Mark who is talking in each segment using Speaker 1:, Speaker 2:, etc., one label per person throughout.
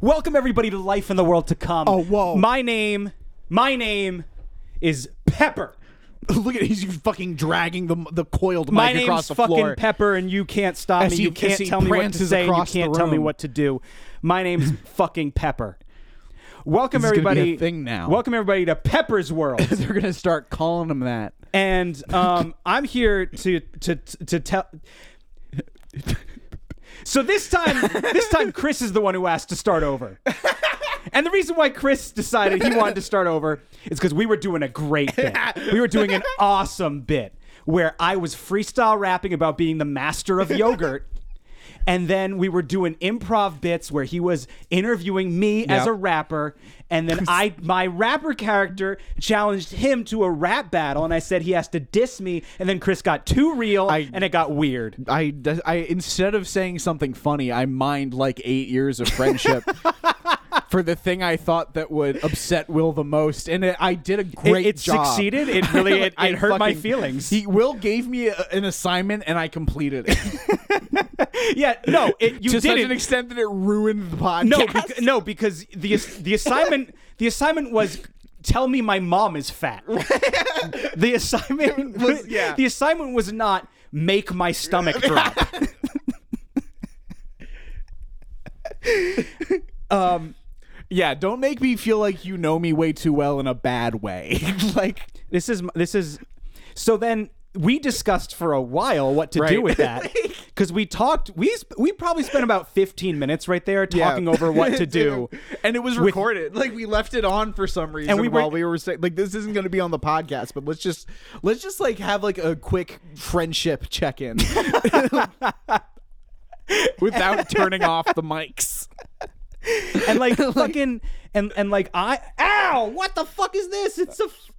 Speaker 1: Welcome everybody to Life in the World to Come.
Speaker 2: Oh, whoa.
Speaker 1: My name, my name is Pepper.
Speaker 2: Look at he's fucking dragging the the coiled
Speaker 1: My
Speaker 2: mic
Speaker 1: name's
Speaker 2: across the
Speaker 1: fucking
Speaker 2: floor.
Speaker 1: Pepper, and you can't stop
Speaker 2: As
Speaker 1: me.
Speaker 2: he-
Speaker 1: you can't
Speaker 2: as he
Speaker 1: tell me what to
Speaker 2: prances
Speaker 1: say. and You
Speaker 2: across the
Speaker 1: can't tell me
Speaker 2: room.
Speaker 1: what to do. My name's fucking Pepper. Welcome
Speaker 2: This is gonna be
Speaker 1: everybody.
Speaker 2: a thing now.
Speaker 1: Welcome everybody to Pepper's World.
Speaker 2: They're gonna start calling him that.
Speaker 1: and um, I'm here to to to tell. So this time, this time Chris is the one who asked to start over. And the reason why Chris decided he wanted to start over is because we were doing a great bit. We were doing an awesome bit where I was freestyle rapping about being the master of yogurt. And then we were doing improv bits where he was interviewing me as a
Speaker 2: Yep.
Speaker 1: rapper. And then I, my rapper character challenged him to a rap battle. And I said he has to diss me. And then Chris got too real
Speaker 2: I-
Speaker 1: and it got weird.
Speaker 2: I, I instead of saying something funny, I mined like eight years of friendship for the thing I thought that would upset Will the most, and it, I did a
Speaker 1: It-
Speaker 2: great
Speaker 1: it
Speaker 2: job.
Speaker 1: succeeded. It really, it,
Speaker 2: I
Speaker 1: it hurt my
Speaker 2: fucking-
Speaker 1: feelings.
Speaker 2: He Will gave me a, an assignment, and I completed it
Speaker 1: yeah, no, it, you
Speaker 2: to
Speaker 1: did
Speaker 2: such
Speaker 1: it.
Speaker 2: an extent that it ruined the podcast.
Speaker 1: No, bec- no, because the ass- the assignment the assignment was tell me my mom is fat. the assignment was,
Speaker 2: yeah.
Speaker 1: The assignment was not make my stomach drop.
Speaker 2: yeah, don't make me feel like you know me way too well in a bad way. like
Speaker 1: this is this is so then we discussed for a while what to do
Speaker 2: Right.
Speaker 1: with that because we talked we sp- we probably spent about 15 minutes right there talking over what to do
Speaker 2: and it was
Speaker 1: with-
Speaker 2: recorded. like we left it on for some reason
Speaker 1: we were-
Speaker 2: while we were saying, like, this isn't going to be on the podcast, but let's just let's just like have like a quick friendship check in without turning off the mics.
Speaker 1: and like fucking and and like I ow what the fuck is this it's a f-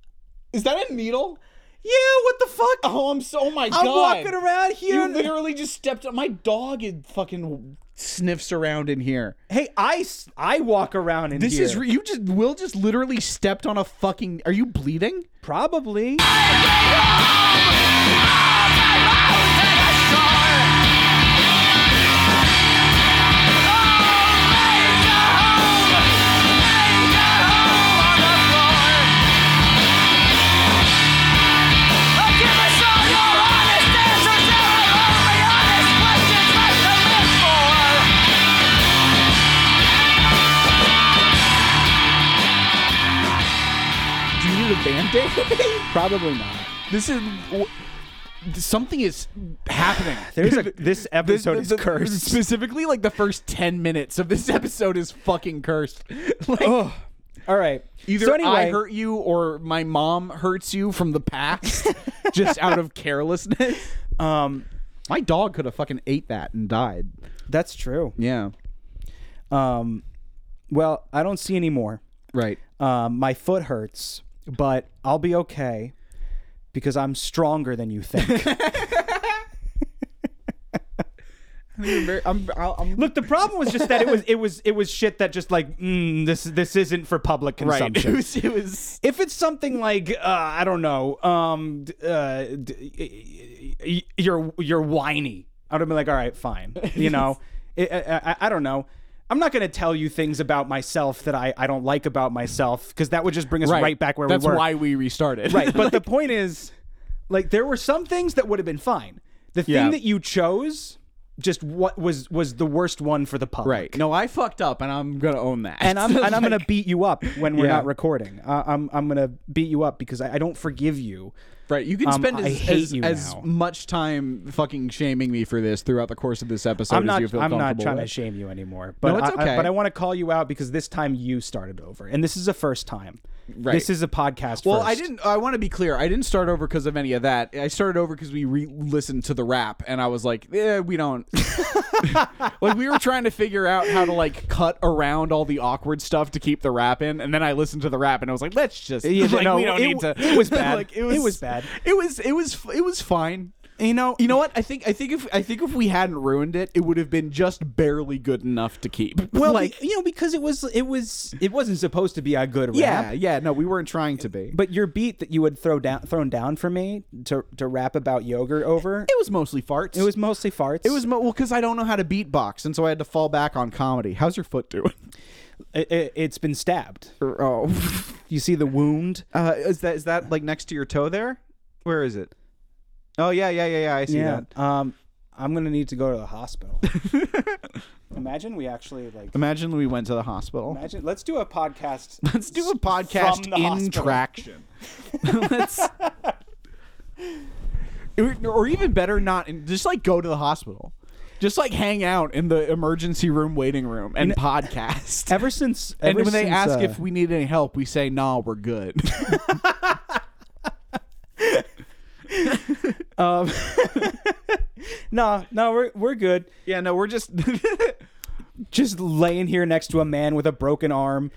Speaker 2: Is that a needle?
Speaker 1: yeah what the fuck
Speaker 2: Oh, I'm so. Oh my
Speaker 1: I'm
Speaker 2: god!
Speaker 1: walking around here.
Speaker 2: You
Speaker 1: and-
Speaker 2: literally just stepped on my dog and fucking sniffs around in here.
Speaker 1: hey, I, s- I walk around in
Speaker 2: This
Speaker 1: here.
Speaker 2: is re- you just Will just literally stepped on a fucking. Are you bleeding?
Speaker 1: probably.
Speaker 2: Do you need a band aid?
Speaker 1: Probably not.
Speaker 2: This is w- something is happening.
Speaker 1: There's a this
Speaker 2: This-
Speaker 1: episode is
Speaker 2: the-
Speaker 1: cursed.
Speaker 2: Specifically, like the first ten minutes of this episode is fucking cursed. Like,
Speaker 1: All right.
Speaker 2: either
Speaker 1: so anyway,
Speaker 2: I hurt you or my mom hurts you from the past, just out of carelessness.
Speaker 1: um,
Speaker 2: My dog could have fucking ate that and died.
Speaker 1: that's true.
Speaker 2: Yeah,
Speaker 1: Um, well, I don't see any more.
Speaker 2: right.
Speaker 1: Um, my foot hurts, but I'll be okay because I'm stronger than you think.
Speaker 2: I'm,
Speaker 1: Look, the problem was just that it was it was it was shit that just like mm, this this isn't for public
Speaker 2: right. It
Speaker 1: consumption.
Speaker 2: was, it was.
Speaker 1: if it's something like uh, I don't know, um, d- uh, d- y- y- you're you're whiny, I would have been like, all right, fine, you know, I, I, I, I don't know. I'm not going to tell you things about myself that I, I don't like about myself because that would just bring us right, back where
Speaker 2: That's
Speaker 1: we were.
Speaker 2: why we restarted.
Speaker 1: right, but the point is, like, there were some things that would have been fine. The thing
Speaker 2: Yeah.
Speaker 1: that you chose, just what was was the worst one for the public.
Speaker 2: right. No, I fucked up, and I'm gonna own that.
Speaker 1: and I'm and I'm
Speaker 2: Like-
Speaker 1: gonna beat you up when we're
Speaker 2: Yeah.
Speaker 1: not recording. Uh, I'm I'm gonna beat you up because I, I don't forgive you.
Speaker 2: Right, you can
Speaker 1: Um,
Speaker 2: spend
Speaker 1: I
Speaker 2: as,
Speaker 1: hate
Speaker 2: as,
Speaker 1: you
Speaker 2: as
Speaker 1: now.
Speaker 2: much time fucking shaming me for this throughout the course of this episode
Speaker 1: I'm
Speaker 2: as
Speaker 1: not
Speaker 2: you feel
Speaker 1: I'm not
Speaker 2: comfortable
Speaker 1: trying to
Speaker 2: with.
Speaker 1: shame you anymore. But I-
Speaker 2: it's
Speaker 1: I,
Speaker 2: okay.
Speaker 1: but I want to call you out because this time you started over, and this is the first time.
Speaker 2: Right.
Speaker 1: This is a podcast.
Speaker 2: well,
Speaker 1: first.
Speaker 2: I didn't. I want to be clear. I didn't start over because of any of that. I started over because we re-listened to the rap, and I was like, "Yeah, we don't." like we were trying to figure out how to like cut around all the awkward stuff to keep the rap in, and then I listened to the rap, and I was like, "Let's just
Speaker 1: Yeah,
Speaker 2: like,
Speaker 1: no,
Speaker 2: we don't
Speaker 1: it-
Speaker 2: need to."
Speaker 1: it was bad.
Speaker 2: like,
Speaker 1: It was bad.
Speaker 2: It was. It was. It was fine.
Speaker 1: You know,
Speaker 2: You know what? I think I think if I think if we hadn't ruined it, it would have been just barely good enough to keep.
Speaker 1: well,
Speaker 2: like
Speaker 1: you know, because it was it was it wasn't supposed to be a good rap.
Speaker 2: yeah, yeah. No, we weren't trying to be.
Speaker 1: But your beat that you would throw down thrown down for me to to rap about yogurt over,
Speaker 2: it was mostly farts.
Speaker 1: it was mostly farts.
Speaker 2: it was mo- well because I don't know how to beatbox, and so I had to fall back on comedy. How's your foot doing?
Speaker 1: it, it, it's been stabbed.
Speaker 2: Oh,
Speaker 1: You see the wound?
Speaker 2: uh, is that is that like next to your toe there? Where is it? Oh yeah, yeah, yeah, yeah. I see that.
Speaker 1: Um, I'm gonna need to go to the hospital. imagine we actually like.
Speaker 2: Imagine we went to the hospital.
Speaker 1: Imagine. Let's do a podcast.
Speaker 2: Let's do a podcast
Speaker 1: From the
Speaker 2: in
Speaker 1: hospital.
Speaker 2: traction. Let's. Or or even better, not in, just like go to the hospital, just like hang out in the emergency room waiting room and podcast.
Speaker 1: Ever since,
Speaker 2: and
Speaker 1: ever
Speaker 2: when they
Speaker 1: since,
Speaker 2: ask
Speaker 1: uh,
Speaker 2: if we need any help, we say, "Nah, we're good."
Speaker 1: um, no, no, we're we're good.
Speaker 2: yeah, no, we're just
Speaker 1: Just laying here next to a man with a broken arm,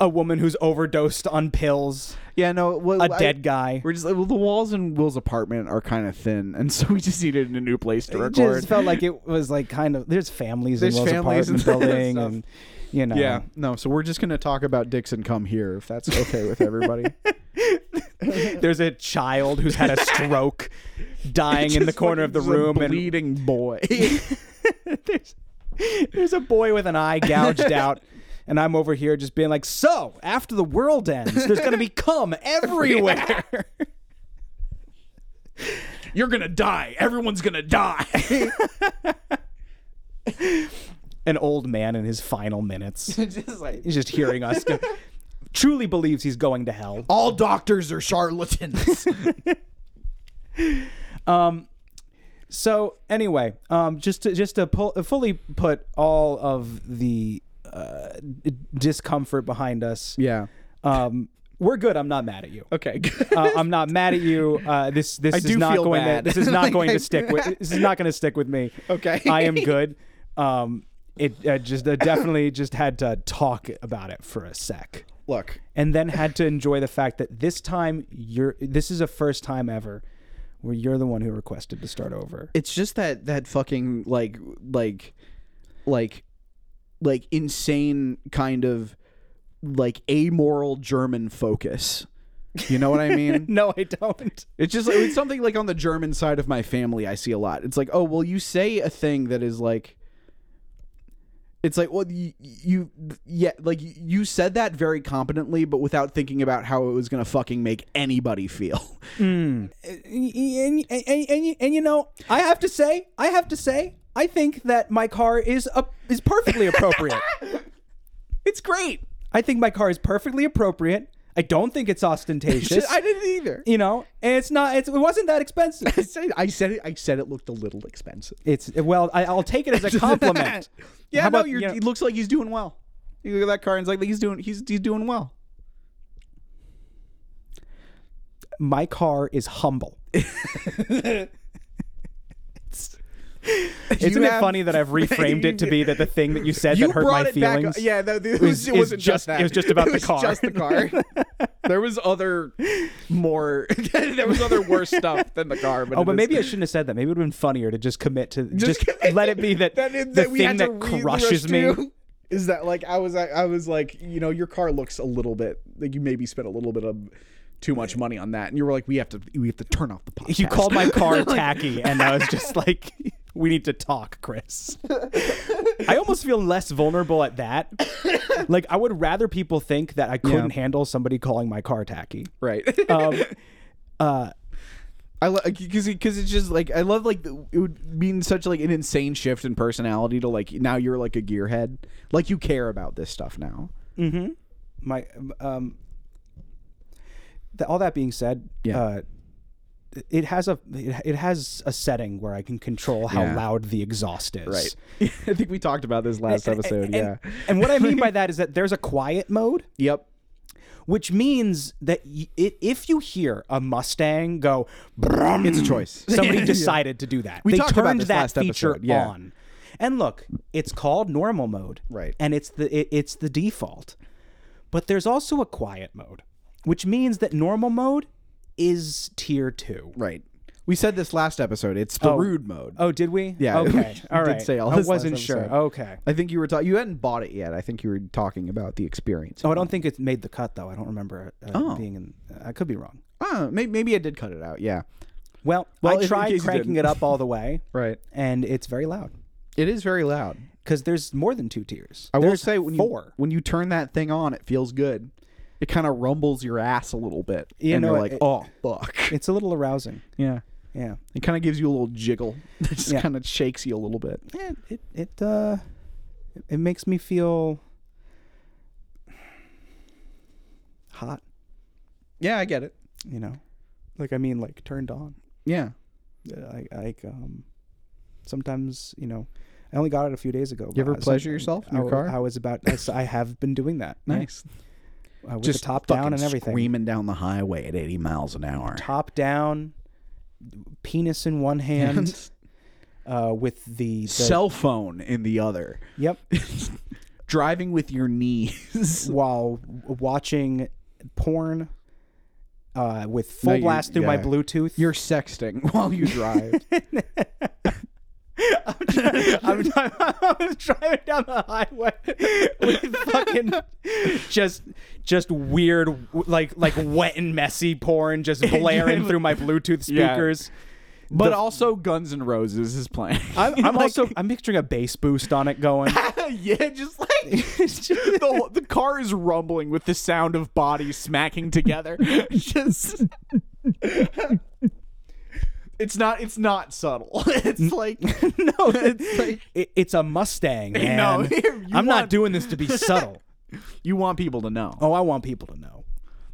Speaker 1: a woman who's overdosed on pills,
Speaker 2: yeah, no, well,
Speaker 1: a
Speaker 2: I-
Speaker 1: dead guy.
Speaker 2: We're just well, the walls in Will's apartment are kind of thin, and so we just needed a new place to
Speaker 1: It
Speaker 2: record.
Speaker 1: just felt like it was like kind of there's families
Speaker 2: There's
Speaker 1: in Will's
Speaker 2: families
Speaker 1: apartment
Speaker 2: and
Speaker 1: building,
Speaker 2: stuff.
Speaker 1: and you know,
Speaker 2: yeah, no, so we're just gonna talk about Dixon come here if that's okay with everybody.
Speaker 1: There's a child who's had a stroke, dying in the
Speaker 2: Just
Speaker 1: corner
Speaker 2: fucking
Speaker 1: of the
Speaker 2: just a
Speaker 1: room, and
Speaker 2: bleeding boy.
Speaker 1: there's, there's a boy with an eye gouged out. And I'm over here just being like, so after the world ends, there's going to be cum everywhere.
Speaker 2: You're gonna die. Everyone's gonna die.
Speaker 1: An old man in his final minutes. he's just hearing us. go- truly believes he's going to hell.
Speaker 2: All doctors are charlatans.
Speaker 1: So anyway, um, just to, just to pull, uh, fully put all of the uh, d- discomfort behind us.
Speaker 2: yeah.
Speaker 1: Um, we're good. I'm not mad at you.
Speaker 2: Okay.
Speaker 1: uh, I'm not mad at you. Uh, this this is
Speaker 2: do
Speaker 1: not
Speaker 2: feel
Speaker 1: going
Speaker 2: bad.
Speaker 1: to this is not
Speaker 2: Like,
Speaker 1: going
Speaker 2: I- Oh,
Speaker 1: to stick with this is not going to stick with me.
Speaker 2: Okay.
Speaker 1: I am good. Um, it uh, just I definitely just had to talk about it for a sec,
Speaker 2: Look.
Speaker 1: and then had to enjoy the fact that this time you're this is a first time ever where you're the one who requested to start over.
Speaker 2: It's just that that fucking like like like like insane kind of like amoral German focus. You know what I mean?
Speaker 1: No, I don't.
Speaker 2: It's just like, it's something like on the German side of my family I see a lot. It's like, oh well, you say a thing that is like, it's like, well, you, you yeah, like you- you said that very competently, but without thinking about how it was gonna fucking make anybody feel.
Speaker 1: and, and, and, and, and you know, I have to say, I have to say, I think that my car is up is perfectly appropriate.
Speaker 2: It's great.
Speaker 1: I think my car is perfectly appropriate. I don't think it's ostentatious.
Speaker 2: I didn't either.
Speaker 1: you know, and it's not. It's, it wasn't that expensive.
Speaker 2: I said, I said it. I said it looked a little expensive.
Speaker 1: It's well, I, I'll take it as a compliment.
Speaker 2: yeah,
Speaker 1: How
Speaker 2: no,
Speaker 1: about,
Speaker 2: you're,
Speaker 1: you know-
Speaker 2: it looks like he's doing well. You look at that car and it's like he's doing he's he's doing well.
Speaker 1: my car is humble. Isn't it
Speaker 2: have-
Speaker 1: funny that I've reframed it to be that the thing that you said
Speaker 2: you
Speaker 1: that hurt
Speaker 2: brought
Speaker 1: my
Speaker 2: it back
Speaker 1: feelings?
Speaker 2: Back, yeah, no, it, was,
Speaker 1: is-
Speaker 2: it wasn't
Speaker 1: is
Speaker 2: just
Speaker 1: just-
Speaker 2: that.
Speaker 1: it was just about
Speaker 2: It
Speaker 1: the
Speaker 2: was
Speaker 1: car.
Speaker 2: Just the car. there was other more. there was other worse stuff than the car. But
Speaker 1: Oh,
Speaker 2: it
Speaker 1: but
Speaker 2: is-
Speaker 1: maybe I shouldn't have said that. Maybe it would have been funnier to just commit to just,
Speaker 2: kidding.
Speaker 1: let it be that,
Speaker 2: that,
Speaker 1: the
Speaker 2: is- that we
Speaker 1: thing
Speaker 2: had to
Speaker 1: that
Speaker 2: read the
Speaker 1: crushes
Speaker 2: rest
Speaker 1: me.
Speaker 2: to Is that like I was I, I was like you know your car looks a little bit like you maybe spent a little bit of too much money on that and you were like we have to we have to turn off the podcast.
Speaker 1: You called my car tacky, and I was just like, "We need to talk, Chris." I almost feel less vulnerable at that. Like I would rather people think that I couldn't handle somebody calling my car tacky.
Speaker 2: right.
Speaker 1: Um, uh,
Speaker 2: I love because because it's just like I love like the- it would mean such like an insane shift in personality to like now you're like a gearhead like you care about this stuff now.
Speaker 1: my um th- all that being said
Speaker 2: Yeah.
Speaker 1: uh it has a it, it has a setting where i can control how
Speaker 2: Yeah.
Speaker 1: loud the exhaust is
Speaker 2: I think we talked about this last
Speaker 1: And-
Speaker 2: episode.
Speaker 1: and,
Speaker 2: yeah.
Speaker 1: and what i mean by that is that there's a quiet mode
Speaker 2: Yep.
Speaker 1: which means that y- it, if you hear a mustang go brum,
Speaker 2: It's a choice.
Speaker 1: somebody decided to do that
Speaker 2: We
Speaker 1: they
Speaker 2: talked about
Speaker 1: turned
Speaker 2: this
Speaker 1: that
Speaker 2: last
Speaker 1: feature
Speaker 2: episode, yeah.
Speaker 1: on and look it's called normal mode
Speaker 2: Right.
Speaker 1: and it's the it, it's the default but there's also a quiet mode which means that normal mode is tier 2
Speaker 2: Right.
Speaker 3: We said this last episode. It's the
Speaker 1: Oh.
Speaker 3: rude mode.
Speaker 1: Oh, did we?
Speaker 3: Yeah,
Speaker 1: Okay.
Speaker 3: we
Speaker 1: all
Speaker 3: did
Speaker 1: right.
Speaker 3: say all
Speaker 1: I
Speaker 3: this last
Speaker 1: wasn't sure.
Speaker 3: episode.
Speaker 1: Okay.
Speaker 3: I think you were talking. You hadn't bought it yet. I think you were talking about the experience.
Speaker 1: Oh, I don't think it made the cut though. I don't remember uh,
Speaker 3: Oh.
Speaker 1: being in. I could be wrong.
Speaker 3: Ah, maybe, maybe I did cut it out. Yeah.
Speaker 1: Well,
Speaker 3: Well, if-
Speaker 1: I
Speaker 3: in case you
Speaker 1: tried cranking it
Speaker 3: didn't.
Speaker 1: up all the way,
Speaker 3: Right.
Speaker 1: and it's very loud
Speaker 3: It is very loud.
Speaker 1: because there's more than two tiers.
Speaker 3: I will
Speaker 1: There's
Speaker 3: say when you
Speaker 1: four.
Speaker 3: when you turn that thing on, it feels good. It kind of rumbles your ass a little bit,
Speaker 1: You
Speaker 3: and
Speaker 1: know,
Speaker 3: you're like,
Speaker 1: it-
Speaker 3: "Oh, fuck!"
Speaker 1: It's a little arousing.
Speaker 3: Yeah,
Speaker 1: Yeah.
Speaker 3: it kind of gives you a little jiggle. It just
Speaker 1: Yeah.
Speaker 3: kind of shakes you a little bit.
Speaker 1: It it it uh, it- it makes me feel hot.
Speaker 3: Yeah, I get it.
Speaker 1: You know, like I mean, like turned on.
Speaker 3: Yeah,
Speaker 1: like like um sometimes you know i only got it a few days ago
Speaker 3: You ever
Speaker 1: but some-
Speaker 3: pleasure yourself in
Speaker 1: I,
Speaker 3: your
Speaker 1: wa-
Speaker 3: car?
Speaker 1: i was about I, s- I have been doing that yeah.
Speaker 3: nice.
Speaker 1: uh, with the top down
Speaker 3: fucking
Speaker 1: and everything
Speaker 3: screaming down the highway at 80 miles an hour.
Speaker 1: top down penis in one hand uh with the, the
Speaker 3: Cell phone in the other.
Speaker 1: yep
Speaker 3: Driving with your knees.
Speaker 1: while w- watching porn uh with full
Speaker 3: No, you-
Speaker 1: blast through my
Speaker 3: yeah.
Speaker 1: bluetooth
Speaker 3: You're sexting while you drive.
Speaker 1: I'm, I'm, I'm driving down the highway with fucking just just weird like like wet and messy porn just blaring through my Bluetooth
Speaker 2: Yeah.
Speaker 1: speakers.
Speaker 2: But also Guns N' Roses is playing.
Speaker 1: I'm, I'm also I'm picturing a bass boost on it going.
Speaker 2: yeah, just like the, the car is rumbling with the sound of bodies smacking together. just it's not it's not subtle. It's like
Speaker 1: no, it's, it, it's a Mustang.
Speaker 2: No,
Speaker 1: man.
Speaker 2: you
Speaker 1: I'm not
Speaker 2: want-
Speaker 1: doing this to be subtle.
Speaker 2: you want people to know.
Speaker 1: Oh, I want people to know.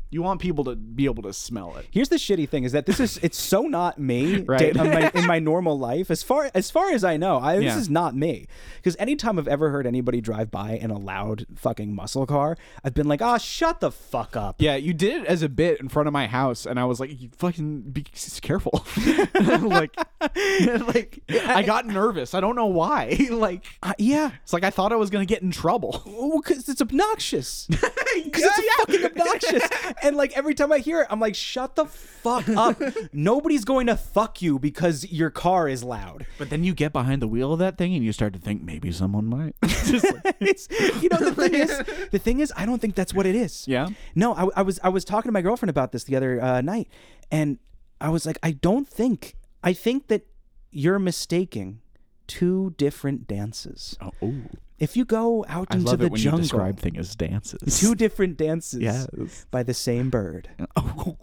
Speaker 2: You want people to be able to smell it.
Speaker 1: Here's the shitty thing: is that this is it's so not me
Speaker 3: Right.
Speaker 1: da- in, my, in my normal life. As far as far as I know, I, this
Speaker 2: Yeah.
Speaker 1: is not me. Because anytime I've ever heard anybody drive by in a loud fucking muscle car, I've been like, "Ah, shut the fuck up."
Speaker 2: Yeah, you did it as a bit in front of my house, and I was like, "You fucking be s- careful!" like, like I got nervous. I don't know why. like,
Speaker 1: Uh, yeah,
Speaker 2: it's like I thought I was gonna get in trouble.
Speaker 1: because it's obnoxious. Because it's fucking obnoxious. and like every time I hear it, I'm like, "Shut the fuck up." Nobody's going to fuck you because your car is loud.
Speaker 2: But then you get behind the wheel of that thing, and you start to think maybe someone might.
Speaker 1: it's you know the thing is the thing is I don't think that's what it is.
Speaker 2: Yeah?
Speaker 1: No, I, I was I was talking to my girlfriend about this the other uh, night, and I was like, I don't think I think that you're mistaking two different dances.
Speaker 2: oh,
Speaker 1: If you go out
Speaker 2: I
Speaker 1: into
Speaker 2: love
Speaker 1: the
Speaker 2: it when
Speaker 1: jungle,
Speaker 2: you describe things as dances.
Speaker 1: two different dances
Speaker 2: Yes.
Speaker 1: by the same bird.
Speaker 2: Oh,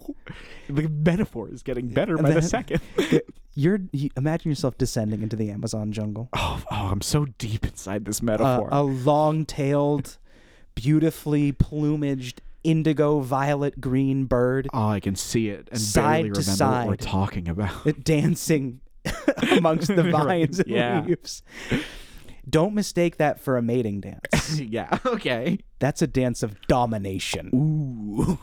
Speaker 2: the metaphor is getting better by the second.
Speaker 1: You're you, imagine yourself descending into the Amazon jungle.
Speaker 2: oh, oh, I'm so deep inside this
Speaker 1: Uh,
Speaker 2: metaphor.
Speaker 1: a long-tailed, beautifully plumaged indigo violet green bird.
Speaker 2: oh, I can see it and
Speaker 1: Side
Speaker 2: barely
Speaker 1: to
Speaker 2: remember what we're
Speaker 1: side.
Speaker 2: talking about.
Speaker 1: dancing amongst the vines and
Speaker 2: Yeah.
Speaker 1: leaves. Don't mistake that for a mating dance.
Speaker 2: yeah. Okay.
Speaker 1: That's a dance of domination.
Speaker 2: Ooh.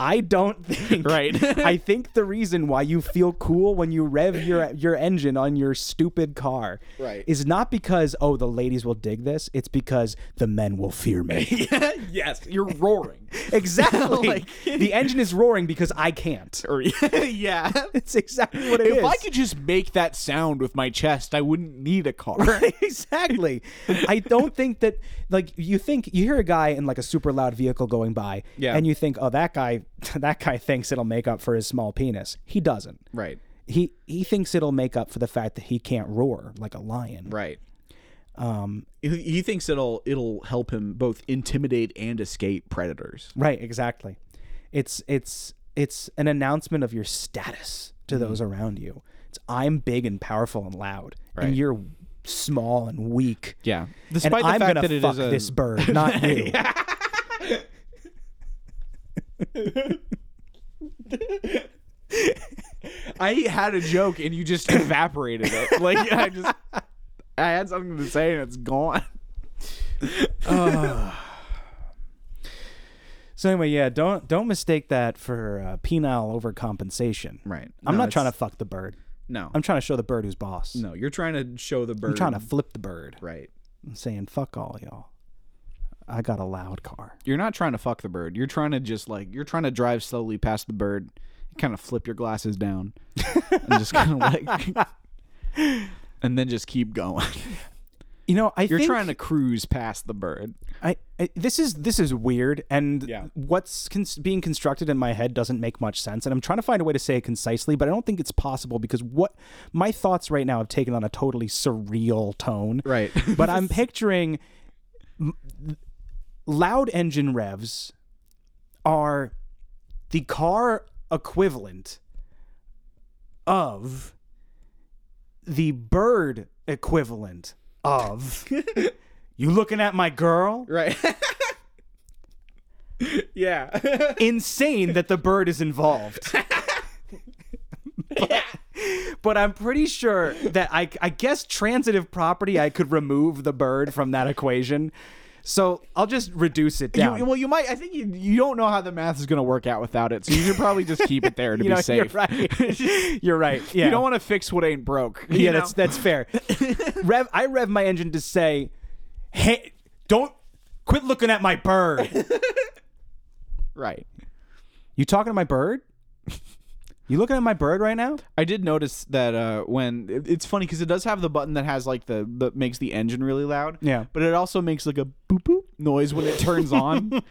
Speaker 1: I don't think.
Speaker 2: Right.
Speaker 1: I think the reason why you feel cool when you rev your your engine on your stupid car
Speaker 3: Right.
Speaker 1: is not because oh the ladies will dig this. It's because the men will fear me.
Speaker 2: yes, you're roaring.
Speaker 1: exactly.
Speaker 2: Like-
Speaker 1: the engine is roaring because I can't.
Speaker 2: Or yeah.
Speaker 1: It's exactly what it is.
Speaker 2: If I could just make that sound with my chest, I wouldn't need a car.
Speaker 1: exactly. I don't think that like you think you hear a guy in like a super loud vehicle going by,
Speaker 3: Yeah.
Speaker 1: and you think, oh, that guy, that guy thinks it'll make up for his small penis. He doesn't.
Speaker 3: right.
Speaker 1: He he thinks it'll make up for the fact that he can't roar like a lion.
Speaker 3: Right. Um, he, he thinks it'll it'll help him both intimidate and escape predators.
Speaker 1: Right, exactly. It's it's it's an announcement of your status to
Speaker 2: Mm-hmm.
Speaker 1: those around you. It's I'm big and powerful and loud,
Speaker 3: Right.
Speaker 1: and you're small and weak.
Speaker 3: Yeah.
Speaker 1: and
Speaker 2: Despite the
Speaker 1: I'm
Speaker 2: fact
Speaker 1: gonna
Speaker 2: that it is
Speaker 1: fuck
Speaker 2: a-
Speaker 1: this bird, not you.
Speaker 2: I had a joke and you just evaporated it. Like I just I had something to say and it's gone.
Speaker 1: So anyway, yeah, don't don't mistake that for uh, penile overcompensation.
Speaker 3: Right.
Speaker 1: I'm
Speaker 3: No,
Speaker 1: not trying to
Speaker 3: it's-
Speaker 1: fuck the bird.
Speaker 3: No.
Speaker 1: I'm trying to show the bird who's boss.
Speaker 3: no, you're trying to show the bird.
Speaker 1: I'm trying to flip the bird.
Speaker 3: Right.
Speaker 1: I'm saying fuck all y'all. I got a loud car.
Speaker 2: You're not trying to fuck the bird. You're trying to just like you're trying to drive slowly past the bird kind of flip your glasses down and just kind of like, and then just keep going.
Speaker 1: You know, I
Speaker 2: You're
Speaker 1: think
Speaker 2: trying to cruise past the bird.
Speaker 1: I, I this is this is weird, and
Speaker 2: Yeah.
Speaker 1: what's cons- being constructed in my head doesn't make much sense. And I'm trying to find a way to say it concisely, but I don't think it's possible because what my thoughts right now have taken on a totally surreal tone.
Speaker 2: Right.
Speaker 1: but I'm picturing m- loud engine revs are the car equivalent of the bird equivalent of you looking at my girl
Speaker 3: Right. yeah.
Speaker 1: insane that the bird is involved. but, but I'm pretty sure that I, I guess transitive property, I could remove the bird from that equation. So I'll just reduce it down.
Speaker 2: You, well, you might. I think you, you don't know how the math is going to work out without it, so you should probably just keep it there to
Speaker 1: You
Speaker 2: be
Speaker 1: know, You're
Speaker 2: safe.
Speaker 1: right. you're right. Yeah.
Speaker 2: You don't want to fix what ain't broke. you
Speaker 1: yeah,
Speaker 2: know?
Speaker 1: that's that's fair. rev, I rev my engine to say, "Hey, don't quit looking at my bird.
Speaker 2: right.
Speaker 1: you talking to my bird? You looking at my bird right now?
Speaker 2: I did notice that uh, when it- it's funny because it does have the button that has like the that makes the engine really loud.
Speaker 1: Yeah.
Speaker 2: but it also makes like a boop boop noise when it turns on,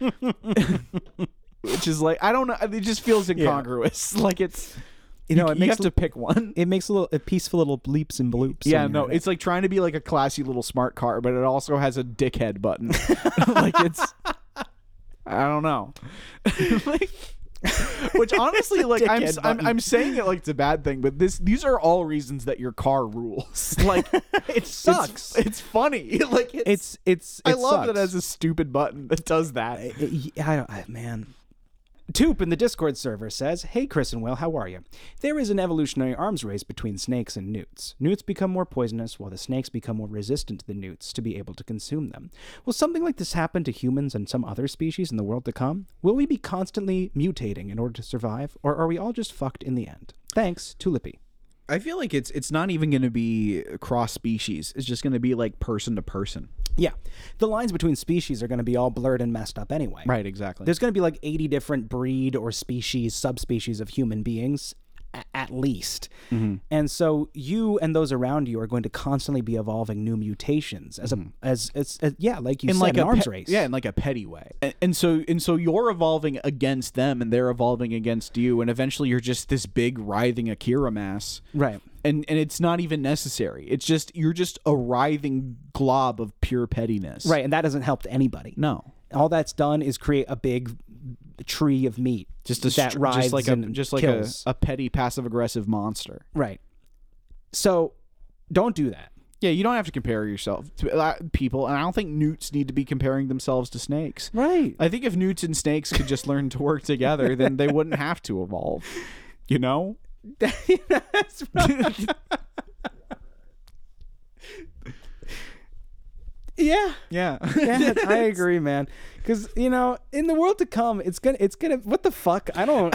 Speaker 2: which is like I don't know. It just feels incongruous. Like it's
Speaker 1: You know, it
Speaker 2: you
Speaker 1: makes
Speaker 2: have to pick one.
Speaker 1: it makes a little a peaceful little bleeps and bloops.
Speaker 2: Yeah,
Speaker 1: on
Speaker 2: no,
Speaker 1: your-
Speaker 2: it's like trying to be like a classy little smart car, but it also has a dickhead button. like it's, I don't know. like, which honestly, like I'm,
Speaker 1: Dickhead
Speaker 2: I'm,
Speaker 1: button.
Speaker 2: I'm saying it like it's a bad thing, but this these are all reasons that your car rules. Like
Speaker 1: it
Speaker 2: it's,
Speaker 1: sucks. It's
Speaker 2: it's funny. Like it's,
Speaker 1: it's, it's
Speaker 2: I
Speaker 1: it
Speaker 2: love that
Speaker 1: sucks.
Speaker 2: it has a stupid button that does that.
Speaker 1: It- y- I don't, I, man. Toop in the Discord server says, Hey Chris and Will, how are you? There is an evolutionary arms race between snakes and newts. Newts become more poisonous, while the snakes become more resistant to the newts to be able to consume them. Will something like this happen to humans and some other species in the world to come? Will we be constantly mutating in order to survive, or are we all just fucked in the end? Thanks, Tulipi.
Speaker 3: I feel like it's it's not even going to be cross species. It's just going to be like person to person.
Speaker 1: Yeah, the lines between species are going to be all blurred and messed up anyway.
Speaker 3: Right, exactly.
Speaker 1: There's going to be like 80 different breed or species, subspecies of human beings a- at least.
Speaker 2: Mm-hmm.
Speaker 1: And so you and those around you are going to constantly be evolving new mutations as a as, as, as- yeah, like you said, an arms
Speaker 2: pe-
Speaker 1: race.
Speaker 2: Yeah, in Mm-hmm. like a petty way. And, and so and so you're evolving against them and they're evolving against you and eventually you're just this big writhing Akira mass.
Speaker 1: Right.
Speaker 2: And and it's not even necessary. It's just you're just a writhing glob of pure pettiness.
Speaker 1: Right, and that doesn't help to anybody.
Speaker 2: No.
Speaker 1: All that's done is create a big tree of meat
Speaker 2: Just a
Speaker 1: that
Speaker 2: str-
Speaker 1: rides
Speaker 2: just like a
Speaker 1: and
Speaker 2: just like a,
Speaker 1: kills.
Speaker 2: a petty passive aggressive monster.
Speaker 1: right. So don't do that.
Speaker 2: Yeah, you don't have to compare yourself to uh, people and I don't think newts need to be comparing themselves to snakes.
Speaker 1: Right.
Speaker 2: I think if newts and snakes could just learn to work together, then they wouldn't have to evolve. You know?
Speaker 1: That's right. yeah.
Speaker 2: Yeah.
Speaker 1: Yeah, I agree, man. Because you know, in the world to come, it's gonna, it's gonna. What the fuck? I don't.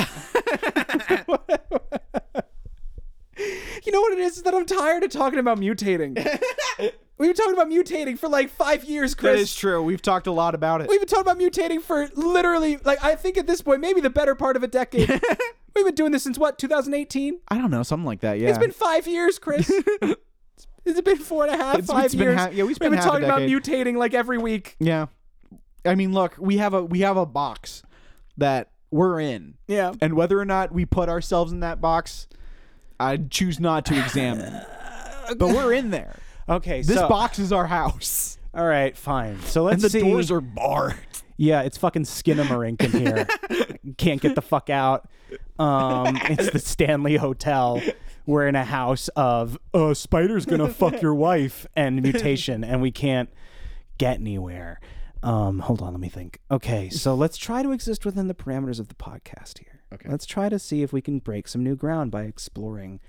Speaker 1: you know what it is? Is that I'm tired of talking about mutating. we were talking about mutating for like five years, Chris.
Speaker 2: That is true. We've talked a lot about it.
Speaker 1: We've been talking about mutating for literally, like, I think at this point, maybe the better part of a decade. We've been doing this since what, 2018?
Speaker 2: I don't know, something like that. Yeah,
Speaker 1: It's been five years, Chris. it's been four and a half,
Speaker 2: It's-
Speaker 1: five
Speaker 2: it's been
Speaker 1: years.
Speaker 2: ha- yeah, we spent
Speaker 1: have been
Speaker 2: half a
Speaker 1: talking about
Speaker 2: decade.
Speaker 1: mutating like every week.
Speaker 2: yeah. I mean, look, we have a we have a box that we're in,
Speaker 1: Yeah.
Speaker 2: and whether or not we put ourselves in that box, I choose not to examine. but we're in there.
Speaker 1: Okay.
Speaker 2: This
Speaker 1: so,
Speaker 2: box is our house,
Speaker 1: All right. Fine. So let's
Speaker 2: and the
Speaker 1: see.
Speaker 2: doors are barred.
Speaker 1: yeah, it's fucking Skinamarink in here. Can't get the fuck out. Um, it's the Stanley Hotel. We're in a house of uh, spiders gonna fuck your wife and mutation, and we can't get anywhere. Um, hold on, let me think. Okay, so let's try to exist within the parameters of the podcast here. Okay. Let's try to see if we can break some new ground by exploring.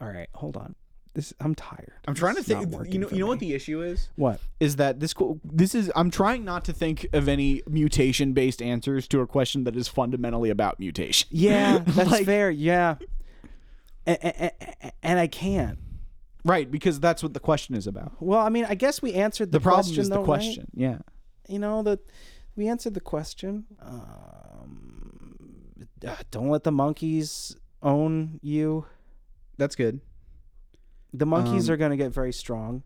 Speaker 1: All right, hold on. This I'm tired.
Speaker 2: I'm trying to
Speaker 1: This is
Speaker 2: think.
Speaker 1: not
Speaker 2: You
Speaker 1: working
Speaker 2: know,
Speaker 1: for
Speaker 2: you know what
Speaker 1: me.
Speaker 2: the issue is?
Speaker 1: what?
Speaker 2: Is that this? co- This is. I'm trying not to think of any mutation-based answers to a question that is fundamentally about mutation.
Speaker 1: Yeah, that's
Speaker 2: Like-
Speaker 1: fair. Yeah. A- a- a- a- and I can't.
Speaker 2: Right, because that's what the question is about.
Speaker 1: Well, I mean, I guess we answered the,
Speaker 2: The problem
Speaker 1: question,
Speaker 2: is the
Speaker 1: though, right?
Speaker 2: question. Yeah.
Speaker 1: You know, the we answered the question. Um, uh, don't let the monkeys own you.
Speaker 2: That's good.
Speaker 1: The monkeys
Speaker 2: Um,
Speaker 1: are going to get very strong,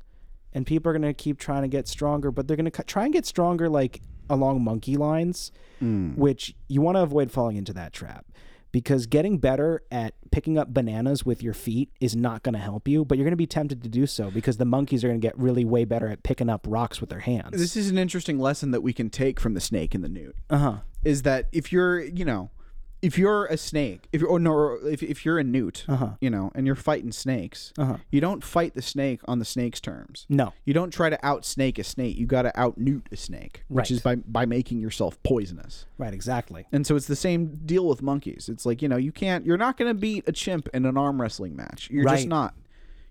Speaker 1: and people are going to keep trying to get stronger, but they're going to try and get stronger like along monkey lines,
Speaker 2: Mm.
Speaker 1: which you want to avoid falling into that trap because getting better at picking up bananas with your feet is not going to help you, but you're going to be tempted to do so because the monkeys are going to get really way better at picking up rocks with their hands.
Speaker 2: This is an interesting lesson that we can take from the snake and the newt.
Speaker 1: uh huh.
Speaker 2: is that if you're you know if you're a snake if you're or no if, if you're a newt
Speaker 1: Uh-huh.
Speaker 2: you know and you're fighting snakes
Speaker 1: Uh-huh.
Speaker 2: you don't fight the snake on the snake's terms
Speaker 1: No.
Speaker 2: you don't try to out snake a snake you got to out newt a snake
Speaker 1: Right.
Speaker 2: which is by by making yourself poisonous
Speaker 1: Right, exactly.
Speaker 2: and so it's the same deal with monkeys it's like you know you can't you're not going to beat a chimp in an arm wrestling match you're
Speaker 1: Right.
Speaker 2: just not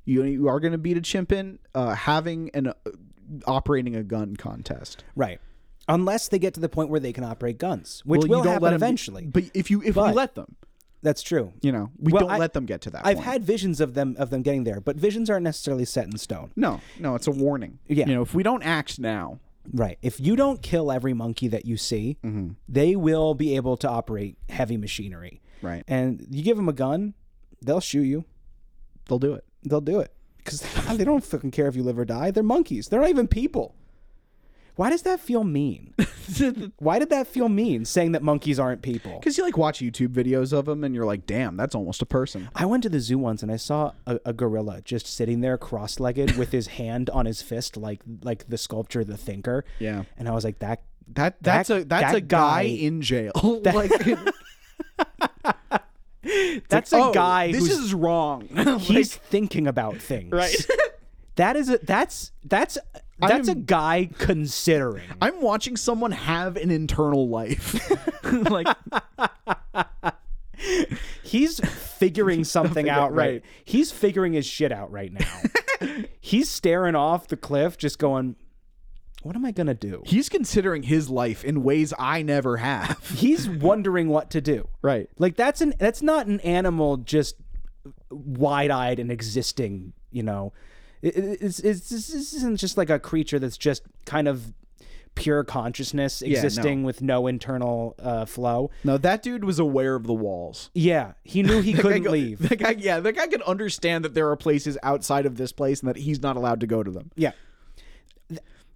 Speaker 2: you, you are going to beat a chimp in uh, having an uh, operating a gun contest
Speaker 1: Right. Unless they get to the point where they can operate guns, which
Speaker 2: Well,
Speaker 1: will
Speaker 2: you don't
Speaker 1: happen
Speaker 2: let 'em-
Speaker 1: eventually.
Speaker 2: but if you if
Speaker 1: But-
Speaker 2: we let them
Speaker 1: That's true.
Speaker 2: You know, we
Speaker 1: Well,
Speaker 2: don't
Speaker 1: I-
Speaker 2: let them get to that.
Speaker 1: I've
Speaker 2: point.
Speaker 1: had visions of them of them getting there, but visions aren't necessarily set in stone.
Speaker 2: no, no. It's a warning.
Speaker 1: Yeah.
Speaker 2: you know, if we don't act now,
Speaker 1: Right. If you don't kill every monkey that you see,
Speaker 2: Mm-hmm.
Speaker 1: they will be able to operate heavy machinery.
Speaker 2: Right.
Speaker 1: And you give them a gun, they'll shoot you.
Speaker 2: they'll do it.
Speaker 1: They'll do it because they don't fucking care if you live or die. They're monkeys. They're not even people. Why does that feel mean? Why did that feel mean saying that monkeys aren't people?
Speaker 2: Because you like watch YouTube videos of them, and you're like, damn, that's almost a person.
Speaker 1: I went to the zoo once and I saw a, a gorilla just sitting there cross-legged with his hand on his fist, like like the sculpture, the thinker.
Speaker 2: Yeah.
Speaker 1: And I was like, that
Speaker 2: That that's
Speaker 1: That-
Speaker 2: a that's
Speaker 1: that
Speaker 2: a guy,
Speaker 1: guy-
Speaker 2: in jail. like,
Speaker 1: that's a
Speaker 2: oh,
Speaker 1: guy
Speaker 2: This
Speaker 1: who's
Speaker 2: is wrong.
Speaker 1: he's thinking about things.
Speaker 2: Right.
Speaker 1: that is a that's that's that's a guy considering.
Speaker 2: I'm watching someone have an internal life. like
Speaker 1: He's figuring something out right. He's figuring his shit out right now. He's staring off the cliff, just going, "What am I gonna do?"
Speaker 2: he's considering his life in ways I never have.
Speaker 1: He's wondering what to do.
Speaker 2: Right.
Speaker 1: Like that's an that's not an animal just wide-eyed and existing, you know. It- it- It's, it's, this isn't just like a creature that's just kind of pure consciousness existing with no internal uh, flow.
Speaker 2: No, that dude was aware of the walls.
Speaker 1: Yeah, he knew he couldn't
Speaker 2: That guy-
Speaker 1: leave.
Speaker 2: That guy, yeah, that guy can understand that there are places outside of this place and that he's not allowed to go to them.
Speaker 1: Yeah,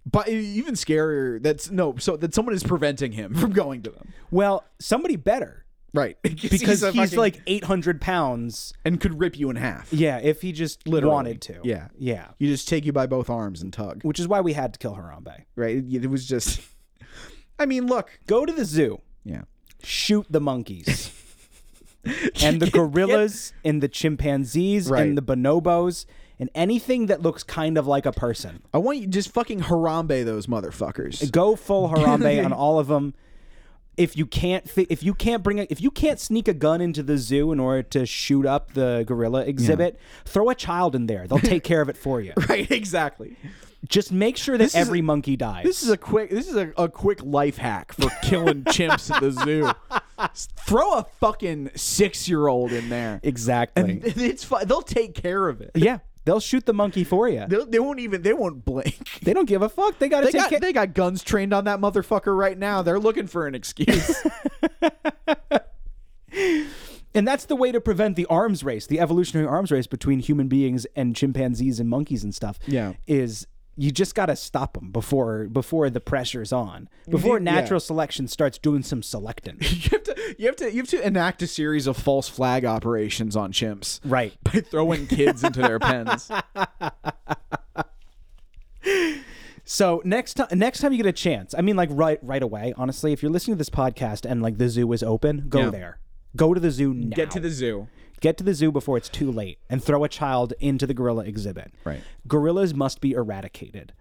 Speaker 2: But e, even scarier, that's no, so that someone is preventing him from going to them.
Speaker 1: well, somebody better
Speaker 2: Right.
Speaker 1: because
Speaker 2: a
Speaker 1: he's,
Speaker 2: fucking-
Speaker 1: like 800 pounds.
Speaker 2: and could rip you in half.
Speaker 1: Yeah, if he just
Speaker 2: Literally.
Speaker 1: wanted to.
Speaker 2: Yeah.
Speaker 1: yeah,
Speaker 2: You just take you by both arms and tug.
Speaker 1: which is why we had to kill Harambe.
Speaker 2: Right. It, it was just, I mean, look.
Speaker 1: Go to the zoo.
Speaker 2: Yeah.
Speaker 1: shoot the monkeys and the gorillas and the chimpanzees
Speaker 2: Right.
Speaker 1: and the bonobos and anything that looks kind of like a person.
Speaker 2: I want you just fucking Harambe those motherfuckers.
Speaker 1: Go full Harambe on all of them. If you can't fi- if you can't bring a, if you can't sneak a gun into the zoo in order to shoot up the gorilla exhibit, throw a child in there. They'll take care of it for you.
Speaker 2: Right. Exactly.
Speaker 1: Just make sure that
Speaker 2: is
Speaker 1: every monkey dies.
Speaker 2: This is a quick. This is a, a quick life hack for killing chimps at the zoo. Throw a fucking six year old in there.
Speaker 1: exactly.
Speaker 2: It's fine. They'll take care of it.
Speaker 1: yeah, they'll shoot the monkey for you.
Speaker 2: They'll, they won't even. They won't blink.
Speaker 1: They don't give a fuck. They got to
Speaker 2: They
Speaker 1: take
Speaker 2: got,
Speaker 1: care.
Speaker 2: they got guns trained on that motherfucker right now. They're looking for an excuse.
Speaker 1: And that's the way to prevent the arms race, the evolutionary arms race between human beings and chimpanzees and monkeys and stuff.
Speaker 2: Yeah.
Speaker 1: is you just got to stop them before before the pressure's on, before
Speaker 2: Yeah.
Speaker 1: natural selection starts doing some selecting.
Speaker 2: you have to you have to you have to enact a series of false flag operations on chimps.
Speaker 1: Right.
Speaker 2: By throwing kids into their pens.
Speaker 1: So next time, next time you get a chance, I mean, like right right away. Honestly, if you're listening to this podcast and like the zoo is open, go
Speaker 2: Yeah.
Speaker 1: there. Go to the zoo now.
Speaker 2: Get to the zoo.
Speaker 1: Get to the zoo before it's too late and throw a child into the gorilla exhibit.
Speaker 2: Right.
Speaker 1: Gorillas must be eradicated.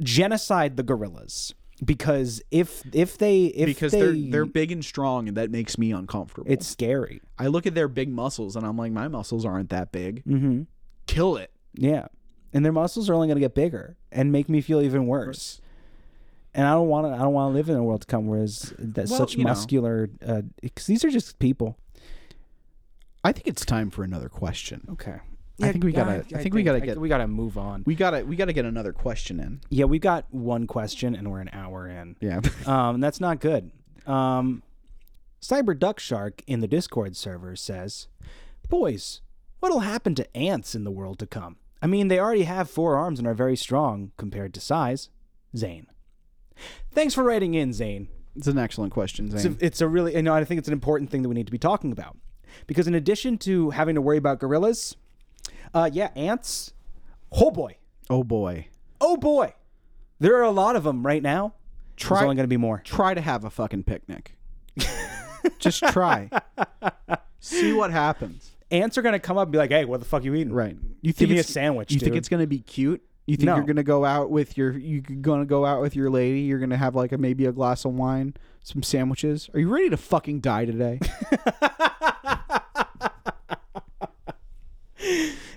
Speaker 1: Genocide the gorillas because if if they if
Speaker 2: Because
Speaker 1: they,
Speaker 2: they, are they're big and strong and that makes me uncomfortable.
Speaker 1: it's scary.
Speaker 2: I look at their big muscles and I'm like, my muscles aren't that big. Mm-hmm. Kill it.
Speaker 1: Yeah. And their muscles are only going to get bigger and make me feel even worse. And I don't want to. I don't want to live in a world to come where there's that
Speaker 2: Well,
Speaker 1: such
Speaker 2: you know.
Speaker 1: muscular. Because these are just people.
Speaker 2: I think it's time for another question.
Speaker 1: Okay.
Speaker 2: I think we gotta- I think we gotta get-
Speaker 1: We gotta move on.
Speaker 2: We gotta we gotta get another question in.
Speaker 1: Yeah, we got one question and we're an hour in.
Speaker 2: Yeah.
Speaker 1: Um, that's not good. Um, Cyber Duck Shark in the Discord server says, Boys, what'll happen to ants in the world to come? I mean, they already have four arms and are very strong compared to size. Zane. Thanks for writing in, Zane.
Speaker 2: It's an excellent question, Zane.
Speaker 1: It's a, it's a really, you know, I think it's an important thing that we need to be talking about. Because in addition to having to worry about gorillas, uh, yeah, ants, oh boy,
Speaker 2: oh boy.
Speaker 1: oh boy, there are a lot of them right now. There's
Speaker 2: Try
Speaker 1: only going to be more.
Speaker 2: try to have a fucking picnic. Just try. See what happens.
Speaker 1: Ants are going to come up and be like, hey, what the fuck you eating?
Speaker 2: Right. You
Speaker 1: Give me
Speaker 2: it's-
Speaker 1: a sandwich,
Speaker 2: You think
Speaker 1: dude.
Speaker 2: it's gonna be cute? You think
Speaker 1: No.
Speaker 2: you're gonna go out with your you gonna go out with your lady? You're gonna have like a maybe a glass of wine, some sandwiches. Are you ready to fucking die today?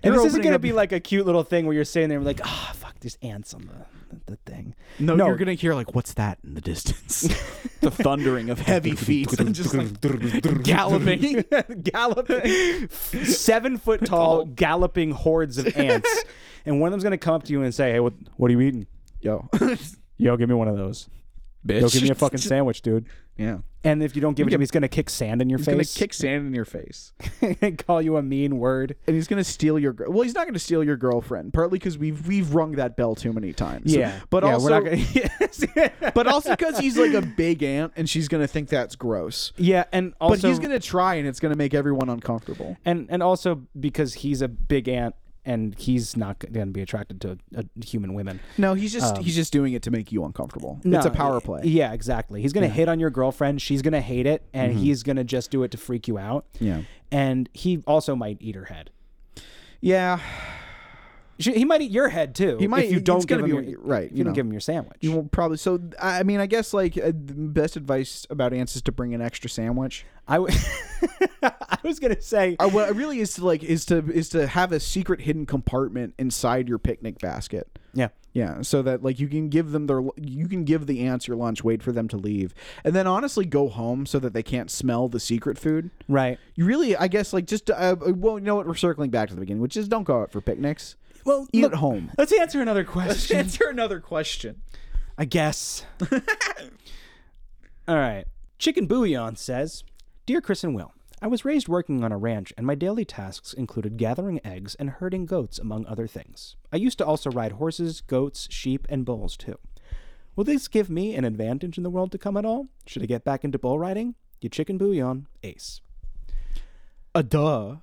Speaker 1: And
Speaker 2: You're
Speaker 1: this isn't
Speaker 2: opening
Speaker 1: going to
Speaker 2: up-
Speaker 1: be like a cute little thing where you're sitting there and like, ah, fuck, there's ants on the, the, the thing.
Speaker 2: No,
Speaker 1: No.
Speaker 2: you're gonna hear like what's that in the distance?
Speaker 3: the thundering of heavy feet and just like galloping.
Speaker 1: galloping, seven foot tall, galloping hordes of ants. And one of them's going to come up to you and say, hey, what, what are you eating?
Speaker 2: Yo,
Speaker 1: Yo, give me one of those.
Speaker 2: bitch.
Speaker 1: Yo, give me a fucking sandwich, dude.
Speaker 2: yeah.
Speaker 1: And if you don't give it to me, he's gonna kick sand in your
Speaker 2: He's gonna
Speaker 1: face.
Speaker 2: kick sand in your face,
Speaker 1: and call you a mean word.
Speaker 2: and he's gonna steal your. Gr- well, he's not gonna steal your girlfriend, partly because we've we've rung that bell too many times. but
Speaker 1: Yeah,
Speaker 2: also
Speaker 1: we're not gonna. Yes.
Speaker 2: but also because he's like a big ant, and she's gonna think that's gross.
Speaker 1: yeah, and
Speaker 2: But
Speaker 1: also,
Speaker 2: he's gonna try, and it's gonna make everyone uncomfortable.
Speaker 1: and and also because he's a big ant, and he's not gonna be attracted to uh, human women.
Speaker 2: No, he's just he's just doing it to make you uncomfortable. it's
Speaker 1: No,
Speaker 2: a power play.
Speaker 1: Yeah, exactly. He's gonna hit on your girlfriend. She's gonna hate it, and he's gonna just do it to freak you out.
Speaker 2: Mm-hmm. Yeah.
Speaker 1: and he also might eat her head.
Speaker 2: yeah,
Speaker 1: She- He might eat your head too.
Speaker 2: He might-
Speaker 1: If you
Speaker 2: it's
Speaker 1: don't give
Speaker 2: gonna
Speaker 1: him
Speaker 2: be-
Speaker 1: your,
Speaker 2: right,
Speaker 1: If you,
Speaker 2: you
Speaker 1: don't
Speaker 2: know.
Speaker 1: give him your sandwich.
Speaker 2: you will probably. So I I mean, I guess like uh, the best advice about ants is to bring an extra sandwich.
Speaker 1: I w- I was gonna say.
Speaker 2: Uh, what really is to like is to is to have a secret hidden compartment inside your picnic basket.
Speaker 1: Yeah.
Speaker 2: Yeah, so that like you can give them their you can give the ants your lunch, wait for them to leave, and then honestly go home so that they can't smell the secret food.
Speaker 1: Right.
Speaker 2: You really, I guess, like just uh, well, you know what? We're circling back to the beginning, which is don't go out for picnics.
Speaker 1: Well,
Speaker 2: Eat
Speaker 1: look,
Speaker 2: at home.
Speaker 1: Let's answer another question.
Speaker 2: Answer another question.
Speaker 1: I guess. All right. Chicken Bouillon says Dear Chris and Will, I was raised working on a ranch, and my daily tasks included gathering eggs and herding goats, among other things. I used to also ride horses, goats, sheep, and bulls, too. Will this give me an advantage in the world to come at all? Should I get back into bull riding? You chicken bouillon, ace.
Speaker 2: A duh.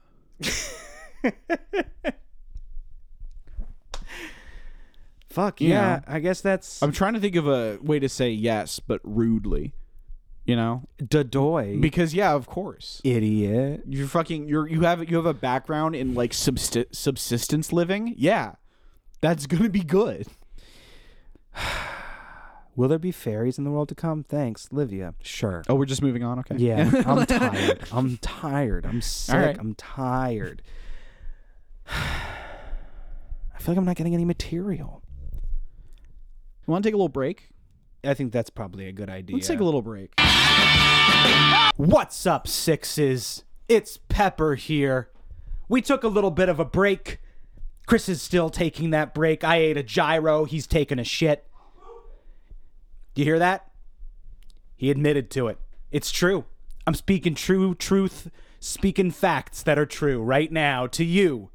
Speaker 1: Fuck
Speaker 2: yeah,
Speaker 1: I guess that's
Speaker 3: I'm trying to think of a way to say yes, but rudely. You know,
Speaker 1: Dadoy.
Speaker 2: Because Mm. yeah, of course.
Speaker 1: Idiot.
Speaker 2: You're fucking. You're you have you have a background in like subsist- subsistence living. Yeah, that's gonna be good.
Speaker 1: Will there be fairies in the world to come? Thanks, Livia. Sure.
Speaker 2: Oh, we're just moving on. Okay.
Speaker 1: Yeah, I'm tired. I'm tired. I'm sick.
Speaker 2: right.
Speaker 1: I'm tired. I feel like I'm not getting any material.
Speaker 2: You want to take a little break?
Speaker 1: I think that's probably a good idea.
Speaker 2: Let's take a little break.
Speaker 1: What's up, sixes? It's Pepper here. We took a little bit of a break. Chris is still taking that break. I ate a gyro. He's taking a shit. Do you hear that? He admitted to it. It's true. I'm speaking true truth, speaking facts that are true right now to you.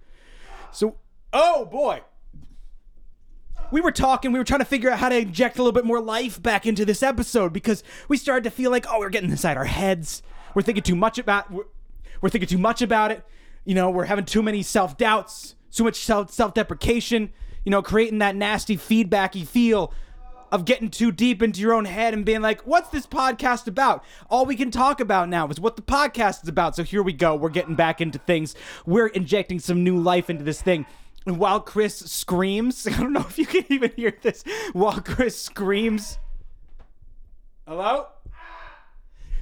Speaker 1: So, oh boy. We were talking, we were trying to figure out how to inject a little bit more life back into this episode because we started to feel like, oh, we're getting inside our heads. We're thinking too much about we're, we're thinking too much about it. You know, we're having too many self-doubts, too much self self-deprecation, you know, creating that nasty feedbacky feel of getting too deep into your own head and being like, what's this podcast about? All we can talk about now is what the podcast is about. So here we go. We're getting back into things. We're injecting some new life into this thing. And while Chris screams, I don't know if you can even hear this. While Chris screams, hello?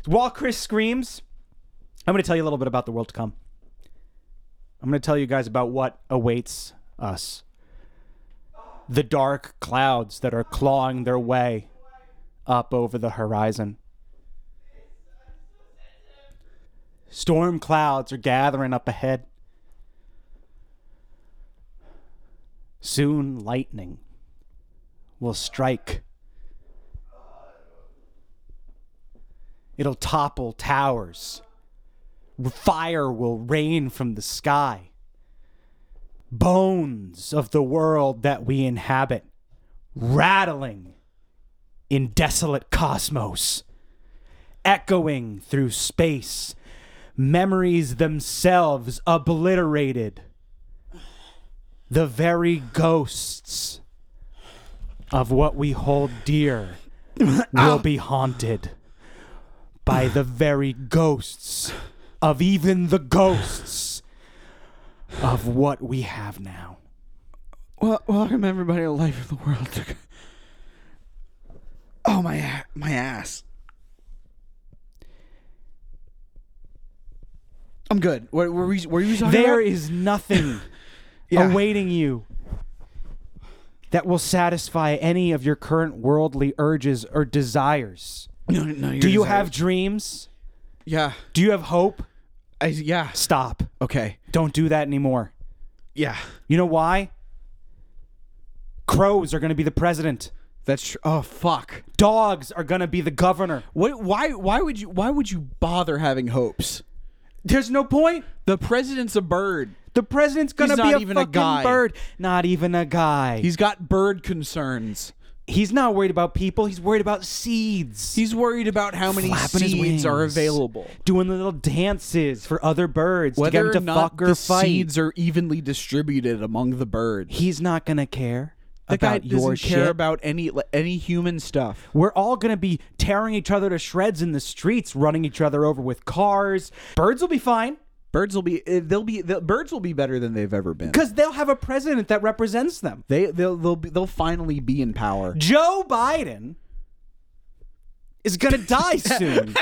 Speaker 1: While Chris screams, I'm going to tell you a little bit about the world to come. I'm going to tell you guys about what awaits us the dark clouds that are clawing their way up over the horizon. Storm clouds are gathering up ahead. Soon lightning will strike. It'll topple towers. Fire will rain from the sky. Bones of the world that we inhabit rattling in desolate cosmos, echoing through space, memories themselves obliterated. The very ghosts of what we hold dear will be haunted by the very ghosts of even the ghosts of what we have now.
Speaker 2: Well, welcome everybody to Life of the World. oh my, a- my ass. I'm good. What were we? Were you talking
Speaker 1: There
Speaker 2: about?
Speaker 1: is nothing
Speaker 2: Yeah.
Speaker 1: awaiting you that will satisfy any of your current worldly urges or desires.
Speaker 2: No, no. you're
Speaker 1: Do you
Speaker 2: just-
Speaker 1: have dreams?
Speaker 2: Yeah.
Speaker 1: Do you have hope?
Speaker 2: I, yeah.
Speaker 1: Stop.
Speaker 2: Okay.
Speaker 1: Don't do that anymore.
Speaker 2: Yeah.
Speaker 1: You know why? Crows are going to be the president.
Speaker 2: That's true. Oh fuck.
Speaker 1: Dogs are going to be the governor.
Speaker 2: What? Why? Why would you? Why would you bother having hopes?
Speaker 1: There's no point.
Speaker 2: The president's a bird.
Speaker 1: The president's going to
Speaker 2: He's
Speaker 1: be
Speaker 2: not
Speaker 1: a
Speaker 2: even a
Speaker 1: fucking
Speaker 2: guy.
Speaker 1: bird. Not even a guy.
Speaker 2: He's got bird concerns.
Speaker 1: he's not worried about people. He's worried about seeds.
Speaker 2: He's worried about how many
Speaker 1: Flapping his
Speaker 2: seeds are
Speaker 1: wings.
Speaker 2: available.
Speaker 1: doing the little dances for other birds to get
Speaker 2: Whether
Speaker 1: them to
Speaker 2: or not
Speaker 1: fuck or
Speaker 2: the
Speaker 1: fight.
Speaker 2: seeds are evenly distributed among the birds.
Speaker 1: He's not gonna care
Speaker 2: That guy
Speaker 1: about
Speaker 2: doesn't
Speaker 1: your shit.
Speaker 2: care about any any human stuff.
Speaker 1: We're all gonna be tearing each other to shreds in the streets, running each other over with cars. Birds will be fine
Speaker 2: Birds will be eh, they'll be the birds will be better than they've ever been.
Speaker 1: because they'll have a president that represents them.
Speaker 2: They they'll they'll be, they'll finally be in power.
Speaker 1: Joe Biden is gonna die soon.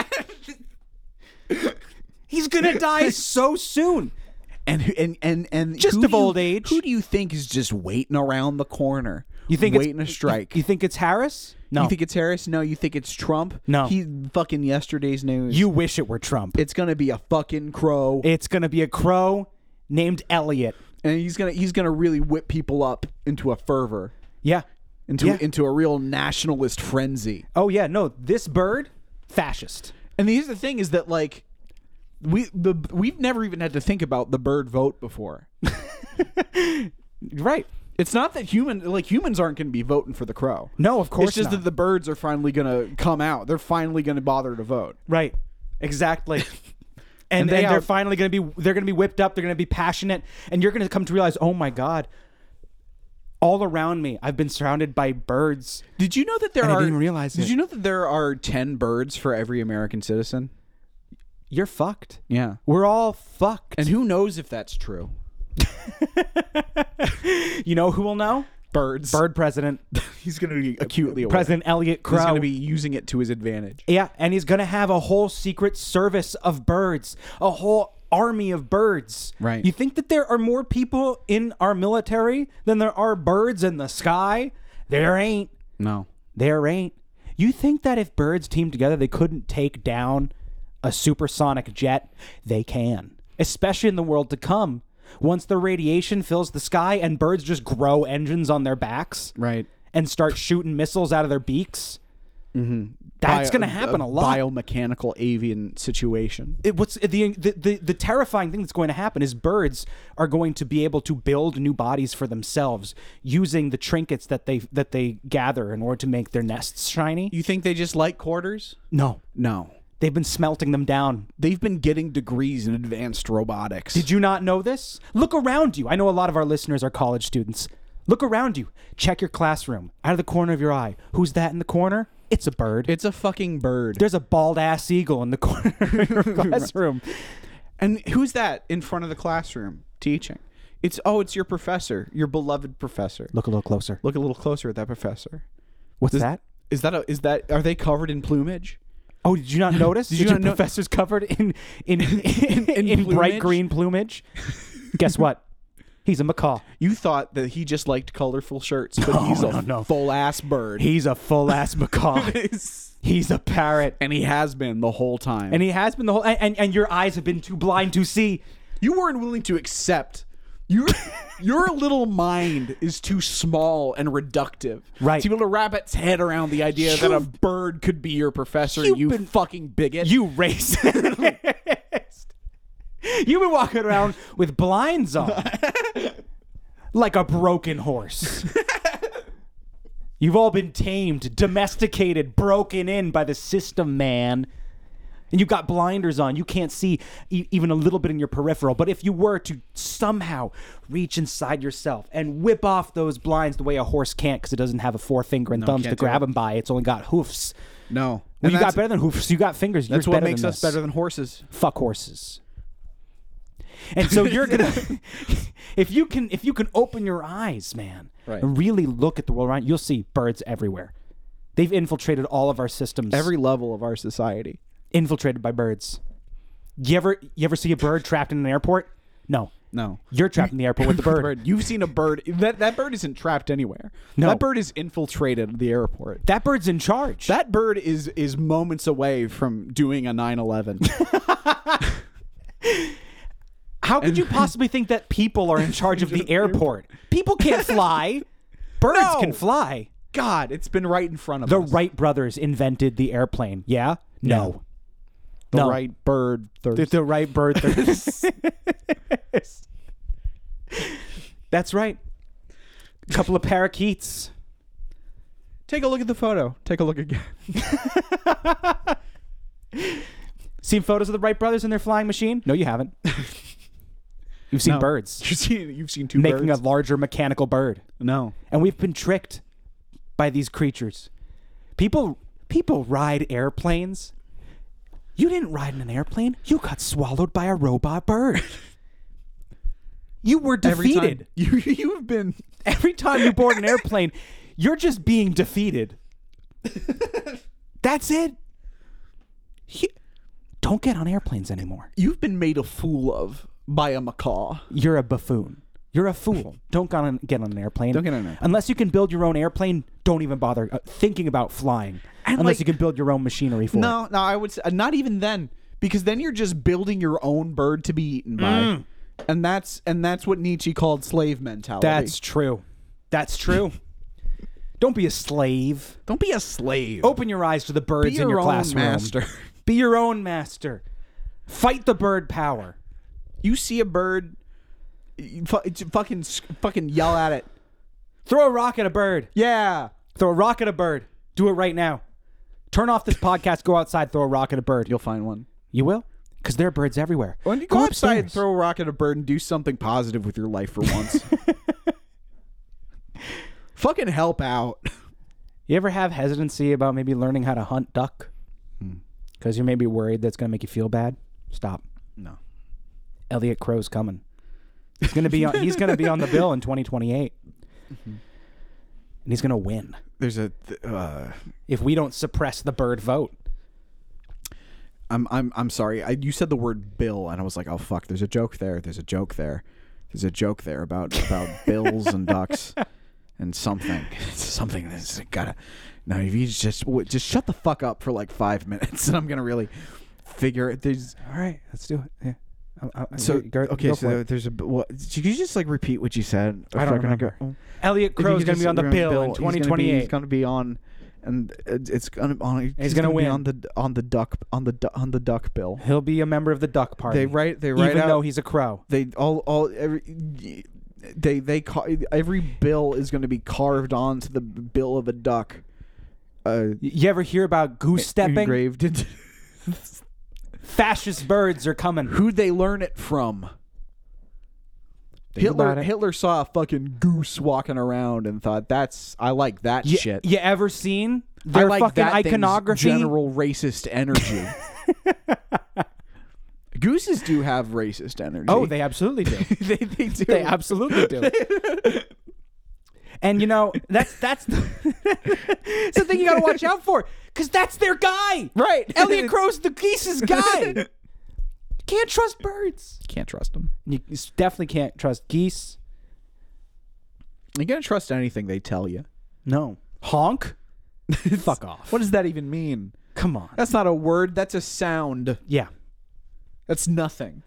Speaker 1: He's gonna die so soon.
Speaker 2: And who- and and and
Speaker 1: Just
Speaker 2: who
Speaker 1: of
Speaker 2: do you-
Speaker 1: old age.
Speaker 2: Who do you think is just waiting around the corner?
Speaker 1: You think
Speaker 2: waiting
Speaker 1: it's,
Speaker 2: a strike?
Speaker 1: You think it's Harris? No.
Speaker 2: You think it's Harris? No. You think it's Trump?
Speaker 1: No.
Speaker 2: He fucking yesterday's news.
Speaker 1: you wish it were Trump.
Speaker 2: It's gonna be a fucking crow,
Speaker 1: It's gonna be a crow named Elliot.
Speaker 2: and he's gonna he's gonna really whip people up into a fervor,
Speaker 1: Yeah.
Speaker 2: into
Speaker 1: Yeah.
Speaker 2: into a real nationalist frenzy.
Speaker 1: Oh yeah, no, this bird, fascist.
Speaker 2: And here's the thing: is that like we the we've never even had to think about the bird vote before.
Speaker 1: Right.
Speaker 2: It's not that human like humans aren't gonna be voting for the crow.
Speaker 1: No, of course
Speaker 2: It's just
Speaker 1: not.
Speaker 2: that the birds are finally gonna come out. They're finally gonna bother to vote.
Speaker 1: Right. Exactly. And, and,
Speaker 2: they
Speaker 1: they
Speaker 2: are-
Speaker 1: are finally going to be they're going to be whipped up, they're going to be passionate, and you're going to come to realize, "Oh my god, all around me, I've been surrounded by birds."
Speaker 2: Did you know that there
Speaker 1: And I
Speaker 2: are?
Speaker 1: didn't realize
Speaker 2: Did
Speaker 1: it.
Speaker 2: you know that there are ten birds for every American citizen?
Speaker 1: You're fucked.
Speaker 2: Yeah.
Speaker 1: We're all fucked.
Speaker 2: And who knows if that's true?
Speaker 1: you know who will know?
Speaker 2: Birds.
Speaker 1: Bird president,
Speaker 2: He's going to be acutely aware.
Speaker 1: President Elliot Crow.
Speaker 2: He's going to be using it to his advantage.
Speaker 1: Yeah, and he's gonna have a whole secret service of birds, a whole army of birds.
Speaker 2: Right.
Speaker 1: You think that there are more people in our military than there are birds in the sky? There ain't.
Speaker 2: No.
Speaker 1: There ain't. You think that if birds teamed together, they couldn't take down a supersonic jet? They can, especially in the world to come. Once the radiation fills the sky and birds just grow engines on their backs
Speaker 2: Right.
Speaker 1: and start shooting missiles out of their beaks, that's going to happen
Speaker 2: uh,
Speaker 1: a, lot.
Speaker 2: Biomechanical avian situation.
Speaker 1: it, what's the, the the the terrifying thing that's going to happen is birds are going to be able to build new bodies for themselves using the trinkets that they that they gather in order to make their nests shiny.
Speaker 2: You think they just like quarters?
Speaker 1: No,
Speaker 2: No.
Speaker 1: they've been smelting them down.
Speaker 2: They've been getting degrees in advanced robotics.
Speaker 1: Did you not know this? Look around you. I know a lot of our listeners are college students. Look around you. Check your classroom out of the corner of your eye. Who's that in the corner? It's a bird.
Speaker 2: it's a fucking bird.
Speaker 1: There's a bald ass eagle in the corner of your classroom.
Speaker 2: and who's that in front of the classroom teaching? It's oh, it's your professor, your beloved professor.
Speaker 1: Look a little closer.
Speaker 2: Look a little closer at that professor.
Speaker 1: What's that?
Speaker 2: Is that a, is that are they covered in plumage?
Speaker 1: Oh, did you not notice?
Speaker 2: Did
Speaker 1: did
Speaker 2: you
Speaker 1: you
Speaker 2: not
Speaker 1: your
Speaker 2: no-
Speaker 1: professors covered in in in, in,
Speaker 2: plumage?
Speaker 1: bright green plumage? Guess what? He's a macaw.
Speaker 2: You thought that he just liked colorful shirts, but he's a
Speaker 1: no, no.
Speaker 2: full ass bird.
Speaker 1: He's a full ass macaw. He's a parrot,
Speaker 2: and he has been the whole time.
Speaker 1: and he has been the whole. And, and and your eyes have been too blind to see.
Speaker 2: you weren't willing to accept Your your little mind is too small and reductive,
Speaker 1: Right.
Speaker 2: To be able to wrap its head around the idea that a bird could be your professor,
Speaker 1: you've
Speaker 2: you
Speaker 1: been-
Speaker 2: fucking bigot.
Speaker 1: You racist. You've been walking around with blinds on. like a broken horse. You've all been tamed, domesticated, broken in by the system, man. And you've got blinders on. You can't see e- even a little bit in your peripheral. But if you were to somehow reach inside yourself and whip off those blinds the way a horse can't because it doesn't have a forefinger and thumbs to
Speaker 2: can't do
Speaker 1: grab
Speaker 2: it.
Speaker 1: them by, it's only got hoofs.
Speaker 2: no,
Speaker 1: Well,
Speaker 2: And
Speaker 1: you
Speaker 2: that's,
Speaker 1: got better than hoofs. You got fingers.
Speaker 2: that's
Speaker 1: Yours
Speaker 2: what
Speaker 1: better
Speaker 2: makes
Speaker 1: than
Speaker 2: us
Speaker 1: this.
Speaker 2: better than horses.
Speaker 1: fuck horses. And so you're gonna, if you can, if you can open your eyes, man,
Speaker 2: Right.
Speaker 1: and really look at the world around, you, you'll see birds everywhere. They've infiltrated all of our systems.
Speaker 2: Every level of our society.
Speaker 1: infiltrated by birds. You ever, you ever see a bird trapped in an airport? No,
Speaker 2: No,
Speaker 1: you're trapped in the airport with the bird.
Speaker 2: You've seen a bird. That that bird isn't trapped anywhere.
Speaker 1: No.
Speaker 2: that bird is infiltrated the airport.
Speaker 1: That bird's in charge.
Speaker 2: That bird is is moments away from doing a 9/11.
Speaker 1: How could you possibly think that people are in charge of the airport? People can't fly. Birds
Speaker 2: No.
Speaker 1: can fly.
Speaker 2: God, it's been right in front of
Speaker 1: The
Speaker 2: us.
Speaker 1: Wright brothers invented the airplane. Yeah? No.
Speaker 2: the
Speaker 1: no.
Speaker 2: right bird. Thirst.
Speaker 1: The, the Wright brothers. That's right. A couple of parakeets.
Speaker 2: Take a look at the photo. Take a look again.
Speaker 1: Seen photos of the Wright brothers in their flying machine? No, you haven't. You've seen
Speaker 2: No.
Speaker 1: birds
Speaker 2: You've seen you've seen two
Speaker 1: making
Speaker 2: birds.
Speaker 1: a larger mechanical bird.
Speaker 2: no.
Speaker 1: and we've been tricked by these creatures. People people ride airplanes. You didn't ride in an airplane. You got swallowed by a robot bird. You were
Speaker 2: Every time-
Speaker 1: defeated.
Speaker 2: you you've been
Speaker 1: Every time you board an airplane, you're just being defeated. That's it. You- don't get on airplanes anymore.
Speaker 2: you've been made a fool of by a macaw.
Speaker 1: You're a buffoon. You're a fool. don't go on, get on an airplane.
Speaker 2: Don't get on an airplane.
Speaker 1: Unless you can build your own airplane, don't even bother uh, thinking about flying. Unless
Speaker 2: like-
Speaker 1: you can build your own machinery for it.
Speaker 2: No, no, I would say, not even then because then you're just building your own bird to be eaten by. And that's and that's what Nietzsche called slave mentality.
Speaker 1: That's true. That's true. don't be a slave.
Speaker 2: don't be a slave.
Speaker 1: Open your eyes to the birds
Speaker 2: be
Speaker 1: in your
Speaker 2: own
Speaker 1: classroom.
Speaker 2: master.
Speaker 1: Be your own master. Fight the bird power.
Speaker 2: You see a bird, you fu- it's- fucking s- fucking yell at it.
Speaker 1: Throw a rock at a bird.
Speaker 2: Yeah.
Speaker 1: Throw a rock at a bird. Do it right now. Turn off this podcast. Go outside. Throw a rock at a bird. You'll,
Speaker 2: You'll find one.
Speaker 1: you will, because there are birds everywhere.
Speaker 2: When you go, outside and
Speaker 1: upstairs.
Speaker 2: throw a rock at a bird and do something positive with your life for once. Fucking help out.
Speaker 1: You ever have hesitancy about maybe learning how to hunt duck? Hmm. Because you're maybe worried that's going to make you feel bad? Stop.
Speaker 2: No.
Speaker 1: Elliot Crow's coming. He's going to be on, he's going to be on the bill in 2028. Mm-hmm. And he's going to win
Speaker 2: There's a. Th- uh,
Speaker 1: if we don't suppress the bird vote.
Speaker 2: I'm I'm I'm sorry. I, you said the word bill, and I was like, oh fuck. There's a joke there. There's a joke there. There's a joke there about about bills and ducks and something. Something that's gotta. Now if you just w- just shut the fuck up for like five minutes, and I'm gonna really figure it. There's
Speaker 1: All right, let's do it. Yeah. I, I,
Speaker 2: so
Speaker 1: go-
Speaker 2: okay.
Speaker 1: go for
Speaker 2: so
Speaker 1: it.
Speaker 2: there's a. b- What, could you just like repeat what you said?
Speaker 1: I don't remember. Elliot
Speaker 2: If you
Speaker 1: Crow's going
Speaker 2: could just-
Speaker 1: to be on the
Speaker 2: we're
Speaker 1: bill, in
Speaker 2: He's gonna
Speaker 1: 2028.
Speaker 2: be- He's going to be on, and it- it's going to on. He's,
Speaker 1: gonna
Speaker 2: gonna be
Speaker 1: win.
Speaker 2: on the on the duck on the du- on the duck bill.
Speaker 1: He'll be a member of the duck party.
Speaker 2: They write they write
Speaker 1: even
Speaker 2: out
Speaker 1: though he's a crow.
Speaker 2: they all all every. They they ca- every bill is going to be carved onto the bill of a duck, uh, e-,
Speaker 1: Y- You ever hear about goose stepping?
Speaker 2: engraved. Into,
Speaker 1: Fascist birds are coming.
Speaker 2: who'd they learn it from?
Speaker 1: Think about
Speaker 2: Hitler
Speaker 1: it.
Speaker 2: Hitler saw a fucking goose walking around and thought that's I like that
Speaker 1: You,
Speaker 2: shit.
Speaker 1: you ever seen their fucking
Speaker 2: thing's
Speaker 1: iconography?
Speaker 2: General racist energy. Gooses do have racist energy.
Speaker 1: Oh, they absolutely do.
Speaker 2: they, they do.
Speaker 1: they absolutely do. and you know that's that's the, it's the thing you got to watch out for because that's their guy.
Speaker 2: right.
Speaker 1: Elliot Crow's the geese's guy. You can't trust birds.
Speaker 2: can't trust them.
Speaker 1: You definitely can't trust geese.
Speaker 2: You can't trust anything they tell you.
Speaker 1: No honk. Fuck off.
Speaker 2: What does that even mean?
Speaker 1: Come on.
Speaker 2: That's not a word. That's a sound.
Speaker 1: Yeah.
Speaker 2: That's nothing.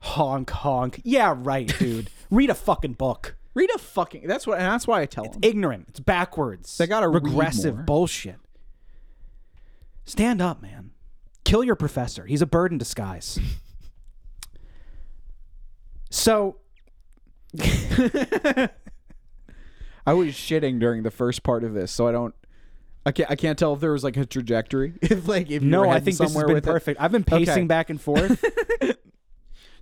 Speaker 1: Honk, honk. Yeah, right, dude. Read a fucking book.
Speaker 2: Read a fucking. That's what. And that's why I tell them.
Speaker 1: Ignorant. It's backwards. They
Speaker 2: gotta read
Speaker 1: regressive
Speaker 2: more.
Speaker 1: bullshit. Stand up, man. Kill your professor. He's a bird in disguise. so
Speaker 2: I was shitting during the first part of this, so I don't. I can't. I can't tell if there was like a trajectory. if like if you
Speaker 1: no,
Speaker 2: were
Speaker 1: I
Speaker 2: heading
Speaker 1: think this has
Speaker 2: somewhere
Speaker 1: been
Speaker 2: with it.
Speaker 1: perfect. I've been pacing
Speaker 2: Okay.
Speaker 1: back and forth.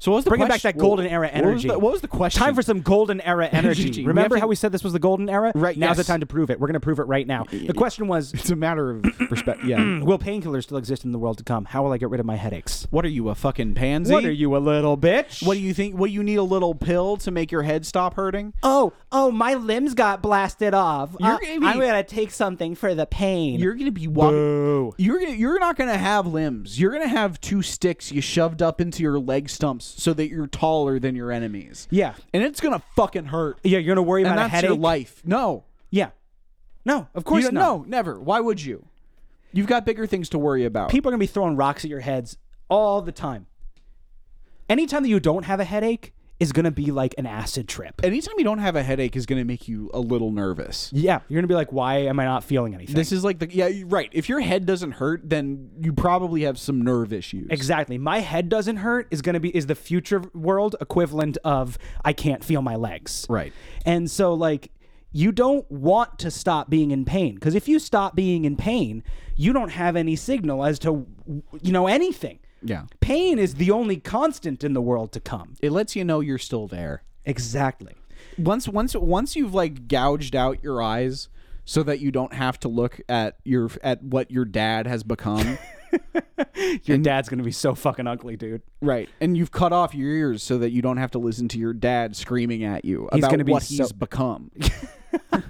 Speaker 3: So what was the
Speaker 1: Bringing back
Speaker 3: question-
Speaker 1: that golden
Speaker 3: what-
Speaker 1: era
Speaker 3: What was
Speaker 1: energy.
Speaker 3: the, what was the question?
Speaker 1: Time for some golden era energy.
Speaker 2: Energy. We
Speaker 1: Remember
Speaker 2: have
Speaker 1: how
Speaker 2: to-
Speaker 1: we said this was the golden era?
Speaker 2: Right,
Speaker 1: Now's
Speaker 2: yes.
Speaker 1: the time to prove it. We're going to prove it right now. The question was
Speaker 2: It's a matter of perspective. Yeah.
Speaker 1: Will painkillers still exist in the world to come? How will I get rid of my headaches?
Speaker 2: what are you a fucking pansy?
Speaker 1: What are you, a little bitch?
Speaker 2: What do you think? What you need a little pill to make your head stop hurting?
Speaker 1: Oh, oh, my limbs got blasted off.
Speaker 2: You're
Speaker 1: Uh,
Speaker 2: gonna be-
Speaker 1: I'm gonna take something for the pain.
Speaker 2: You're gonna be walking.
Speaker 1: Boo.
Speaker 2: You're gonna, you're not gonna have limbs. You're gonna have two sticks you shoved up into your leg stumps so that you're taller than your enemies.
Speaker 1: Yeah.
Speaker 2: and it's gonna fucking hurt.
Speaker 1: Yeah, you're gonna worry
Speaker 2: And
Speaker 1: about a
Speaker 2: that's
Speaker 1: headache.
Speaker 2: your life. No,
Speaker 1: Yeah. No, of course
Speaker 2: You-
Speaker 1: not.
Speaker 2: No, never. Why would you? You've got bigger things to worry about.
Speaker 1: People are gonna be throwing rocks at your heads all the time. Anytime that you don't have a headache is gonna be like an acid trip.
Speaker 2: Anytime you don't have a headache is going to make you a little nervous.
Speaker 1: Yeah, you're gonna be like, why am I not feeling anything?
Speaker 2: This is like the yeah you're right. If your head doesn't hurt, then you probably have some nerve issues.
Speaker 1: Exactly. My head doesn't hurt is going to be is the future world equivalent of I can't feel my legs.
Speaker 2: Right.
Speaker 1: And so like you don't want to stop being in pain because if you stop being in pain, you don't have any signal as to you know anything.
Speaker 2: Yeah.
Speaker 1: Pain is the only constant in the world to come.
Speaker 2: It lets you know you're still there.
Speaker 1: Exactly.
Speaker 2: Once once once you've like gouged out your eyes so that you don't have to look at your at what your dad has become.
Speaker 1: Your dad's going to be so fucking ugly, dude.
Speaker 2: right. And you've cut off your ears so that you don't have to listen to your dad screaming at you
Speaker 1: He's
Speaker 2: about
Speaker 1: gonna be
Speaker 2: what
Speaker 1: so-
Speaker 2: he's become. And,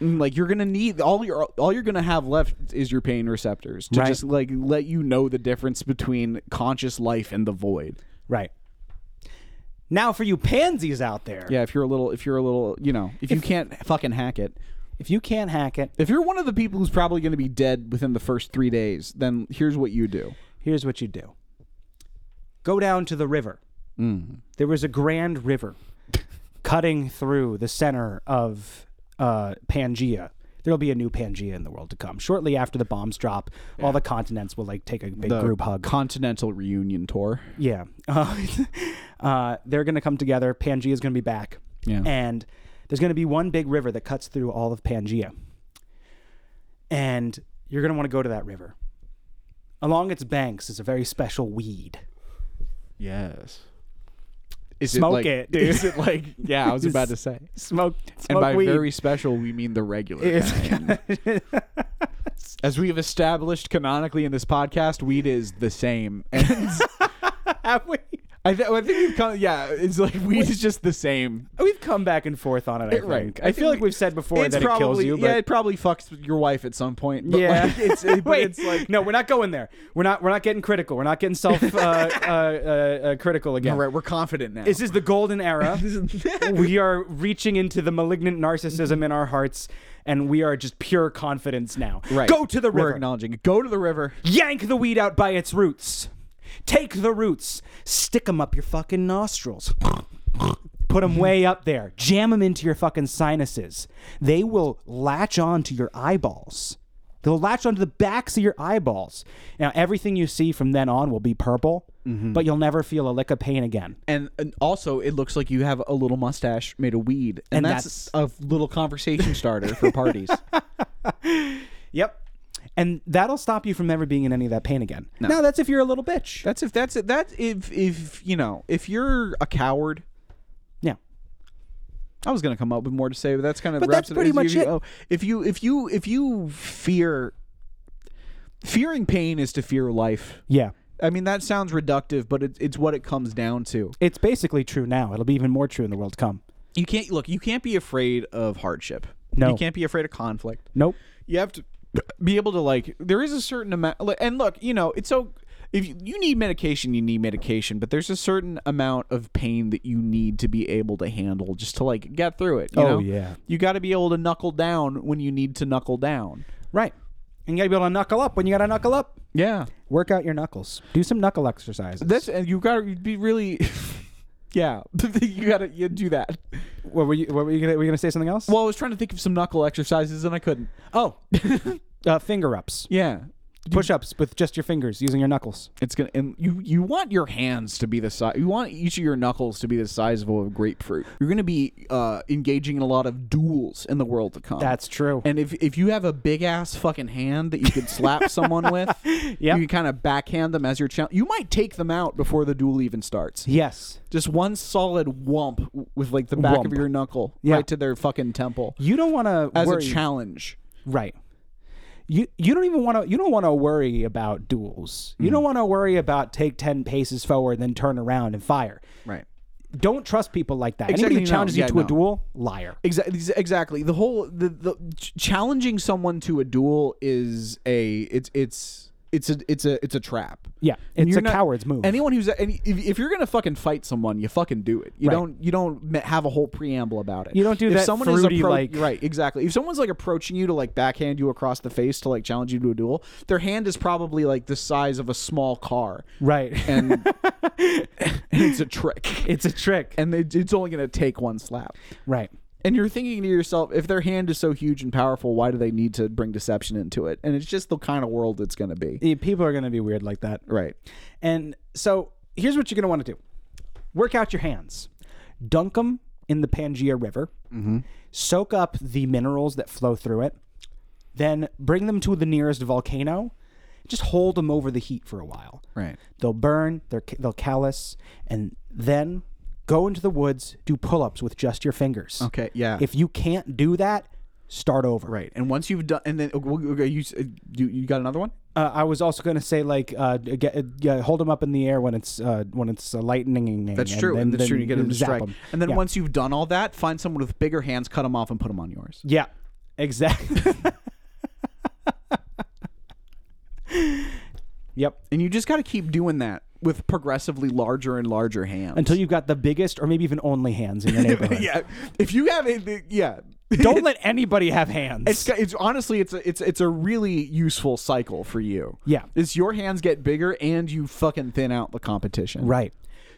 Speaker 2: Mm, like you're gonna need all your all you're gonna have left is your pain receptors to
Speaker 1: Right.
Speaker 2: just like let you know the difference between conscious life and the void.
Speaker 1: Right. Now for you pansies out there.
Speaker 2: Yeah, if you're a little if you're a little you know if, you can't fucking hack it.
Speaker 1: If you can't hack it,
Speaker 2: If you're one of the people who's probably going to be dead within the first three days, then here's what you do.
Speaker 1: here's what you do go down to the river. There was a grand river cutting through the center of uh, Pangea. There'll be a new Pangea in the world to come. Shortly after the bombs drop, all the continents will like take a big group hug.
Speaker 2: Continental reunion tour.
Speaker 1: Yeah. Uh, uh, they're going to come together. Pangaea is going to be back.
Speaker 2: Yeah.
Speaker 1: And there's going to be one big river that cuts through all of Pangaea. And you're going to want to go to that river. Along its banks is a very special weed.
Speaker 2: Yes. Is
Speaker 1: Smoke
Speaker 2: like-
Speaker 1: it, dude.
Speaker 2: Is it like yeah? I was about to say.
Speaker 1: Smoke, smoke
Speaker 2: and by
Speaker 1: weed.
Speaker 2: very special, we mean the regular. kind. As we have established canonically in this podcast, weed is the same. And
Speaker 1: Have we?
Speaker 2: I, th- I think we've come. Yeah, it's like weed is just the same.
Speaker 1: We've come back and forth on it. I think.
Speaker 2: Right.
Speaker 1: I, feel
Speaker 2: think
Speaker 1: like we've said before
Speaker 2: it's
Speaker 1: that it kills
Speaker 2: probably-
Speaker 1: you.
Speaker 2: yeah,
Speaker 1: But
Speaker 2: it probably fucks your wife at some point. But like, it's, it- but
Speaker 1: Wait,
Speaker 2: it's like
Speaker 1: no, we're not going there. We're not. We're not getting critical. We're not getting self uh, uh, uh, uh, critical again.
Speaker 2: all right. We're confident now.
Speaker 1: This is the golden era. we are reaching into the malignant narcissism in our hearts, and we are just pure confidence now.
Speaker 2: Right.
Speaker 1: Go to the
Speaker 2: We're
Speaker 1: river.
Speaker 2: acknowledging. it. Go to the river.
Speaker 1: Yank the weed out by its roots. Take the roots. Stick them up your fucking nostrils. Put them way up there. Jam them into your fucking sinuses. They will latch on to your eyeballs. They'll latch onto the backs of your eyeballs. Now, everything you see from then on will be purple,
Speaker 2: Mm-hmm.
Speaker 1: but you'll never feel a lick of pain again.
Speaker 2: And, and also, it looks like you have a little mustache made of weed, and,
Speaker 1: And
Speaker 2: that's, a little conversation starter for parties.
Speaker 1: Yep. And that'll stop you from ever being in any of that pain again. No, that's if you're a little bitch.
Speaker 2: that's if that's that's if if you know if you're a coward.
Speaker 1: yeah.
Speaker 2: I was gonna come up with more to say, but that's kind of
Speaker 1: But
Speaker 2: wraps
Speaker 1: that's pretty
Speaker 2: if you-
Speaker 1: much
Speaker 2: if you,
Speaker 1: it.
Speaker 2: oh, if you if you if you fear, fearing pain is to fear life.
Speaker 1: Yeah.
Speaker 2: I mean, that sounds reductive, but it, it's what it comes down to.
Speaker 1: It's basically true now. It'll be even more true in the world to come.
Speaker 2: You can't look. You can't be afraid of hardship.
Speaker 1: No.
Speaker 2: you can't be afraid of conflict.
Speaker 1: Nope.
Speaker 2: you have to be able to like there is a certain amount li- and look you know it's so if you, you need medication you need medication but there's a certain amount of pain that you need to be able to handle just to like get through it you
Speaker 1: Oh,
Speaker 2: know?
Speaker 1: yeah.
Speaker 2: you got to be able to knuckle down when you need to knuckle down
Speaker 1: Right. And you gotta be able to knuckle up when you gotta knuckle up.
Speaker 2: Yeah.
Speaker 1: Work out your knuckles. Do some knuckle exercises.
Speaker 2: That's and you got to be really. yeah, you got to you do that.
Speaker 1: what were you? What were you gonna? Were you gonna say something else?
Speaker 2: Well, I was trying to think of some knuckle exercises and I couldn't.
Speaker 1: oh, uh, finger ups,
Speaker 2: Yeah.
Speaker 1: push ups with just your fingers using your knuckles.
Speaker 2: It's gonna and you you want your hands to be the size you want each of your knuckles to be the size of a grapefruit. You're gonna be uh, engaging in a lot of duels in the world to come.
Speaker 1: That's true.
Speaker 2: And if if you have a big ass fucking hand that you could slap someone with, you can kind of backhand them as your challenge. You might take them out before the duel even starts.
Speaker 1: yes,
Speaker 2: Just one solid whump w- with like the back of
Speaker 1: Whump.
Speaker 2: your knuckle
Speaker 1: Yeah.
Speaker 2: right to their fucking temple
Speaker 1: you don't want to
Speaker 2: as
Speaker 1: worry.
Speaker 2: a challenge.
Speaker 1: Right. You you don't even want to you don't want to worry about duels. You don't want to worry about take ten paces forward, then turn around and fire.
Speaker 2: Right.
Speaker 1: Don't trust people like that.
Speaker 2: Exactly,
Speaker 1: Anybody
Speaker 2: no.
Speaker 1: who challenges
Speaker 2: Yeah,
Speaker 1: you to
Speaker 2: no.
Speaker 1: a duel, liar.
Speaker 2: Exactly. Exactly. The whole the, the ch- challenging someone to a duel is a it's it's it's a it's a it's a trap.
Speaker 1: Yeah,
Speaker 2: And
Speaker 1: it's
Speaker 2: you're
Speaker 1: a coward's move.
Speaker 2: Anyone who's any, if, if you're gonna fucking fight someone, you fucking do it. You
Speaker 1: Right.
Speaker 2: don't you don't me- have a whole preamble about it.
Speaker 1: You don't do
Speaker 2: if
Speaker 1: that
Speaker 2: Someone
Speaker 1: fruity,
Speaker 2: is appro-
Speaker 1: like-
Speaker 2: right. Exactly. If someone's like approaching you to like backhand you across the face to like challenge you to a duel, their hand is probably like the size of a small car.
Speaker 1: Right.
Speaker 2: And, and it's a trick.
Speaker 1: it's a trick.
Speaker 2: And it, it's only gonna take one slap.
Speaker 1: right.
Speaker 2: And you're thinking to yourself, if their hand is so huge and powerful, why do they need to bring deception into it? And it's just the kind of world it's going to be.
Speaker 1: Yeah, people are going to be weird like that.
Speaker 2: Right.
Speaker 1: And so here's what you're going to want to do work out your hands, dunk them in the Pangea River,
Speaker 2: Mm-hmm.
Speaker 1: soak up the minerals that flow through it, then bring them to the nearest volcano. Just hold them over the heat for a while.
Speaker 2: Right.
Speaker 1: They'll burn, they're, they'll callus, and then go into the woods, do pull ups with just your fingers.
Speaker 2: Okay, yeah.
Speaker 1: If you can't do that, start over.
Speaker 2: Right. And once you've done, and then oh, okay, you, s- uh, you you got another one?
Speaker 1: Uh, I was also going to say like uh, get, uh, yeah, hold them up in the air when it's uh, when it's uh, lightning.
Speaker 2: That's true. And, that's true. You get them to
Speaker 1: zap
Speaker 2: strike.
Speaker 1: 'em.
Speaker 2: And then
Speaker 1: yeah.
Speaker 2: once you've done all that, find someone with bigger hands, cut them off, and put them on yours.
Speaker 1: Yeah, exactly. yep.
Speaker 2: And you just got to keep doing that with progressively larger and larger hands.
Speaker 1: Until you've got the biggest or maybe even only hands in your neighborhood.
Speaker 2: yeah. If you have it, yeah.
Speaker 1: Don't let anybody have hands.
Speaker 2: It's, it's honestly it's a, it's it's a really useful cycle for you.
Speaker 1: Yeah.
Speaker 2: It's your hands get bigger and you fucking thin out the competition.
Speaker 1: right.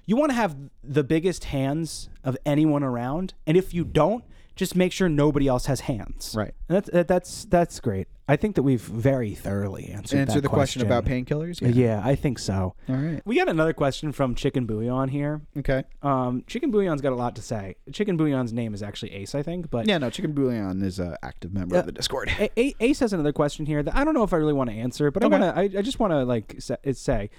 Speaker 1: You want to have the biggest hands of anyone around, and if you don't, just make sure nobody else has hands.
Speaker 2: Right.
Speaker 1: And that's that- that's that's great. I think that we've very thoroughly answered
Speaker 2: Answer
Speaker 1: that
Speaker 2: the question, about painkillers. Yeah.
Speaker 1: Yeah, I think so.
Speaker 2: All right.
Speaker 1: We got another question from Chicken Bouillon here.
Speaker 2: Okay.
Speaker 1: Um, Chicken Bouillon's got a lot to say. Chicken Bouillon's name is actually Ace, I think, but
Speaker 2: Yeah. No. Chicken Bouillon is an active member of the Discord.
Speaker 1: A- A- Ace has another question here that I don't know if I really want to answer, but I want to. I, I just want to like sa- it say.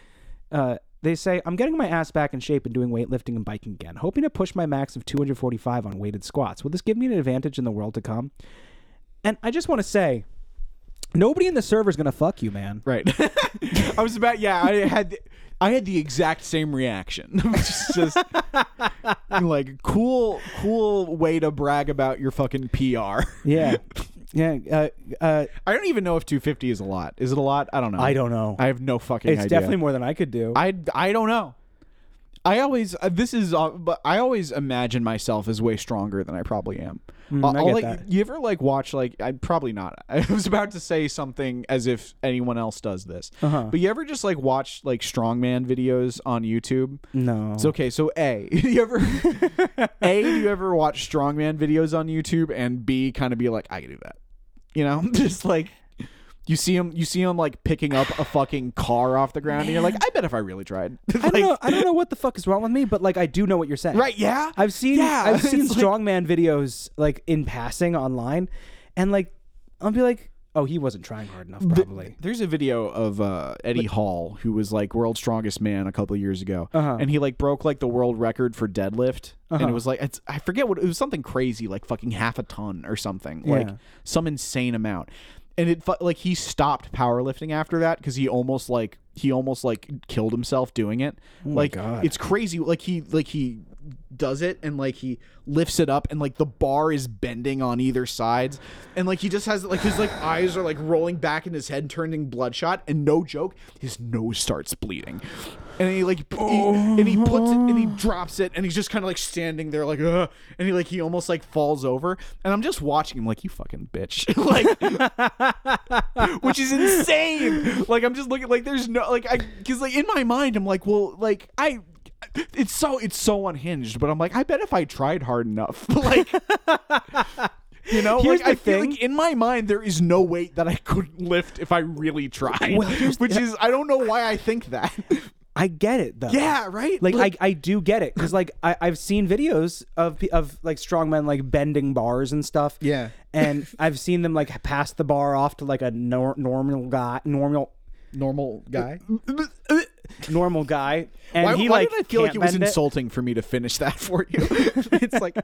Speaker 1: Uh, they say I'm getting my ass back in shape and doing weightlifting and biking again, hoping to push my max of 245 on weighted squats. Will this give me an advantage in the world to come? And I just want to say, nobody in the server is gonna fuck you, man.
Speaker 2: Right. I was about. Yeah. I had. I had the exact same reaction. It's just like cool, cool way to brag about your fucking PR.
Speaker 1: Yeah, yeah. Uh, uh,
Speaker 2: I don't even know if 250 is a lot. Is it a lot? I don't know.
Speaker 1: I don't know.
Speaker 2: I have no fucking
Speaker 1: it's
Speaker 2: idea.
Speaker 1: definitely more than I could do.
Speaker 2: I I don't know. I always uh, this is uh, but I always imagine myself as way stronger than I probably am. Uh,
Speaker 1: Mm, I
Speaker 2: I'll,
Speaker 1: get
Speaker 2: like,
Speaker 1: that.
Speaker 2: You ever like watch like I probably not. I was about to say something as if anyone else does this.
Speaker 1: Uh-huh.
Speaker 2: But you ever just like watch like strongman videos on YouTube?
Speaker 1: no.
Speaker 2: It's okay. So A, you ever A, do you ever watch strongman videos on YouTube and B kind of be like I can do that. You know? Just like you see him you see him like picking up a fucking car off the ground and you're like I bet if I really tried.
Speaker 1: I don't know. I don't know what the fuck is wrong with me, but like I do know what you're saying.
Speaker 2: Right, yeah.
Speaker 1: I've seen
Speaker 2: Yeah,
Speaker 1: I've seen
Speaker 2: it's like-
Speaker 1: strongman videos like in passing online, and like I'll be like, oh, he wasn't trying hard enough, probably.
Speaker 2: There's a video of uh, Eddie Hall who was like world's strongest man a couple of years ago,
Speaker 1: Uh-huh.
Speaker 2: and he like broke like the world record for deadlift, and it was like it's, I forget what it was something crazy like fucking half a ton or something like
Speaker 1: Yeah.
Speaker 2: some insane amount, and it fu- like he stopped powerlifting after that because he almost like he almost like killed himself doing it. like
Speaker 1: God.
Speaker 2: it's crazy. Like he like he does it and like he lifts it up and like the bar is bending on either sides and like he just has like his like eyes are like rolling back in his head turning bloodshot and no joke his nose starts bleeding
Speaker 3: and he like he, and he puts it and he drops it and he's just kind of like standing there like Ugh, and he like he almost like falls over and I'm just watching him like you fucking bitch like which is insane like I'm just looking like there's no like I because like in my mind I'm like well like I it's so it's so unhinged but I'm like I bet if I tried hard enough like you know
Speaker 1: Here's
Speaker 3: like I
Speaker 1: the
Speaker 3: feel
Speaker 1: thing.
Speaker 3: like in my mind there is no weight that I could lift if I really tried which is I don't know why I think that.
Speaker 1: I get it though.
Speaker 3: Yeah, right?
Speaker 1: Like, I, I do get it because like I, I've seen videos of pe- of like strongmen like bending bars and stuff.
Speaker 3: Yeah.
Speaker 1: and I've seen them like pass the bar off to like a nor- normal guy, normal
Speaker 3: normal guy.
Speaker 1: normal guy, and
Speaker 3: why
Speaker 1: he
Speaker 3: why
Speaker 1: like
Speaker 3: did I feel like
Speaker 1: can't
Speaker 3: it was
Speaker 1: bend
Speaker 3: insulting for me to finish that for you? it's like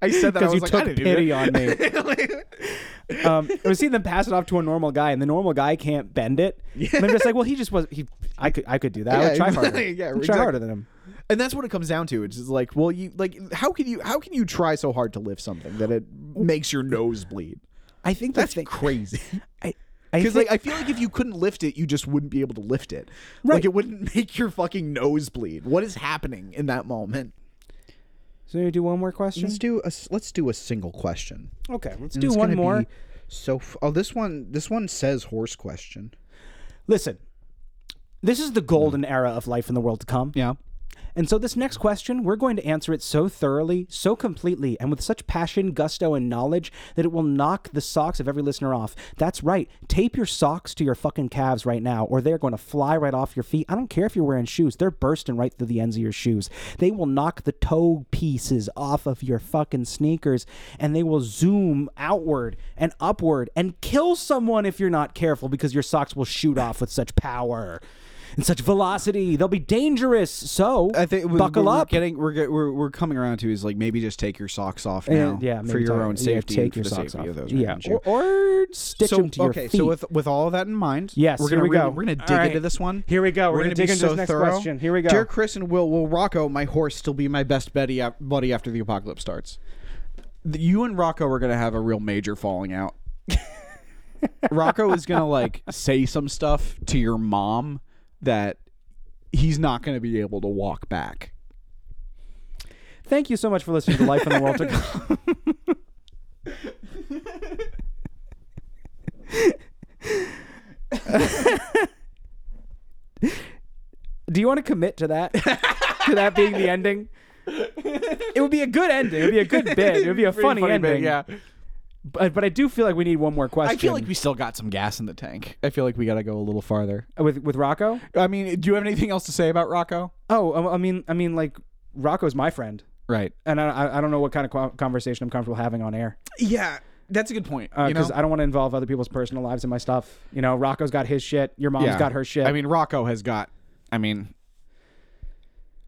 Speaker 3: I said that I
Speaker 1: because
Speaker 3: was
Speaker 1: you
Speaker 3: like, I
Speaker 1: took
Speaker 3: didn't
Speaker 1: pity
Speaker 3: do
Speaker 1: on me.
Speaker 3: that.
Speaker 1: Um, I was seeing them pass it off to a normal guy, and the normal guy can't bend it. And I'm just like, well, he just was. He, I could, I could do that. I
Speaker 3: Yeah,
Speaker 1: would try
Speaker 3: exactly.
Speaker 1: harder.
Speaker 3: Yeah,
Speaker 1: I'd try
Speaker 3: exactly.
Speaker 1: harder than him.
Speaker 3: and that's what it comes down to. It's just like, well, you like how can you how can you try so hard to lift something that it makes your nose bleed?
Speaker 1: I think
Speaker 3: That's
Speaker 1: the thing,
Speaker 3: crazy.
Speaker 1: I, I
Speaker 3: Because
Speaker 1: think-
Speaker 3: like I feel like if you couldn't lift it, you just wouldn't be able to lift it.
Speaker 1: Right.
Speaker 3: Like it wouldn't make your fucking nose bleed. What is happening in that moment?
Speaker 1: so you do one more question. Mm,
Speaker 4: Let's do a s- let's do a single question.
Speaker 1: Okay, let's
Speaker 4: And
Speaker 1: do
Speaker 4: it's
Speaker 1: one
Speaker 4: gonna
Speaker 1: more.
Speaker 4: be So f- oh, this one this one says horse question.
Speaker 1: Listen, this is the golden era of life in the world to come.
Speaker 2: Yeah.
Speaker 1: And so, this next question, we're going to answer it so thoroughly, so completely, and with such passion, gusto, and knowledge that it will knock the socks of every listener off. That's right. Tape your socks to your fucking calves right now, or they're going to fly right off your feet. I don't care if you're wearing shoes, they're bursting right through the ends of your shoes. They will knock the toe pieces off of your fucking sneakers, and they will zoom outward and upward and kill someone if you're not careful because your socks will shoot off with such power. And such velocity, they'll be dangerous. So
Speaker 2: I think we-
Speaker 1: buckle
Speaker 2: we're
Speaker 1: up.
Speaker 2: Getting we're, get- we're we're coming around to is like maybe just take your socks off
Speaker 1: Yeah,
Speaker 2: now,
Speaker 1: yeah,
Speaker 2: for
Speaker 1: maybe
Speaker 2: your
Speaker 1: talk-
Speaker 2: own
Speaker 1: yeah,
Speaker 2: safety,
Speaker 1: take
Speaker 2: and for
Speaker 1: your
Speaker 2: the
Speaker 1: safety
Speaker 2: safety of those
Speaker 1: Yeah,
Speaker 2: around you.
Speaker 1: or, or stitch
Speaker 2: so,
Speaker 1: them to your
Speaker 2: okay,
Speaker 1: feet.
Speaker 2: so with with all of that in mind,
Speaker 1: Yes,
Speaker 2: we're
Speaker 1: here
Speaker 2: gonna
Speaker 1: we go.
Speaker 2: really- We're gonna dig
Speaker 1: All right.
Speaker 2: into this one.
Speaker 1: Here we go. We're
Speaker 2: gonna
Speaker 1: gonna dig
Speaker 2: be
Speaker 1: into this
Speaker 2: so
Speaker 1: next
Speaker 2: thorough.
Speaker 1: question. Here we go.
Speaker 2: Dear Chris and Will, will Rocco, my horse, still be my best buddy, af- buddy after the apocalypse starts? The- You and Rocco are gonna have a real major falling out. Rocco is gonna like say some stuff to your mom that he's not gonna be able to walk back.
Speaker 1: Thank you so much for listening to Life in the World to Come. Do you want to commit to that? to that being the ending? It would be a good ending. It would be a good bit. It would be a funny, ending.
Speaker 2: yeah.
Speaker 1: But, but I do feel like we need one more question.
Speaker 2: I feel like we still got some gas in the tank. I feel like we got to go a little farther.
Speaker 1: Uh, with with Rocco.
Speaker 2: I mean, do you have anything else to say about Rocco?
Speaker 1: Oh, I- I mean, I mean, like Rocco's my friend,
Speaker 2: Right.
Speaker 1: and I- I, I don't know what kind of co- conversation I'm comfortable having on air
Speaker 2: Yeah, that's a good point. you know?
Speaker 1: because Uh, I don't want to involve other people's personal lives in my stuff. You know, Rocco's got his shit. Your mom's got her shit.
Speaker 2: I mean, Rocco has got. I mean,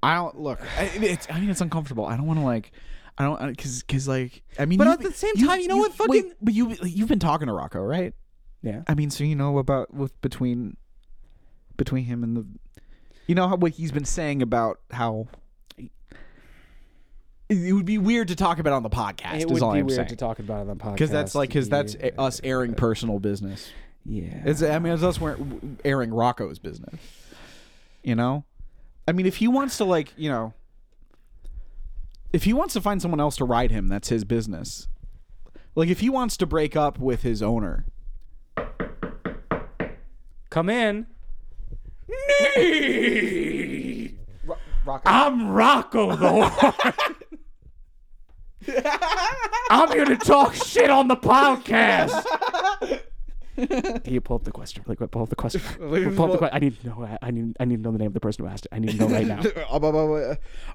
Speaker 2: I don't look. I- It's. I mean, it's uncomfortable. I don't want to like. I don't because because like. I mean,
Speaker 1: But
Speaker 2: you-
Speaker 1: at the same
Speaker 2: you-
Speaker 1: time, you know what,
Speaker 2: wait,
Speaker 1: fucking-
Speaker 2: but you you've been talking to Rocco, right?
Speaker 1: yeah.
Speaker 2: I mean, so you know about with between between him and the. You know how, what he's been saying about how. It it would be weird to talk about on the podcast.
Speaker 1: It
Speaker 2: is
Speaker 1: would be
Speaker 2: all I'm
Speaker 1: weird
Speaker 2: saying.
Speaker 1: to talk about it on podcast
Speaker 2: because that's like because that's a- us airing personal business.
Speaker 1: yeah.
Speaker 2: It's I mean it's us wear- airing Rocco's business. You know, I mean if he wants to like you know, if he wants to find someone else to ride him, that's his business. Like if he wants to break up with his owner,
Speaker 1: Come in.
Speaker 2: Rocco.
Speaker 1: I'm Rocco the Horn. I'm here to talk shit on the podcast. Can you pull up the question really quick? Pull up the question. pull up the que- I need to know. I need. I need to know the name of the person who asked it. I need to know right now.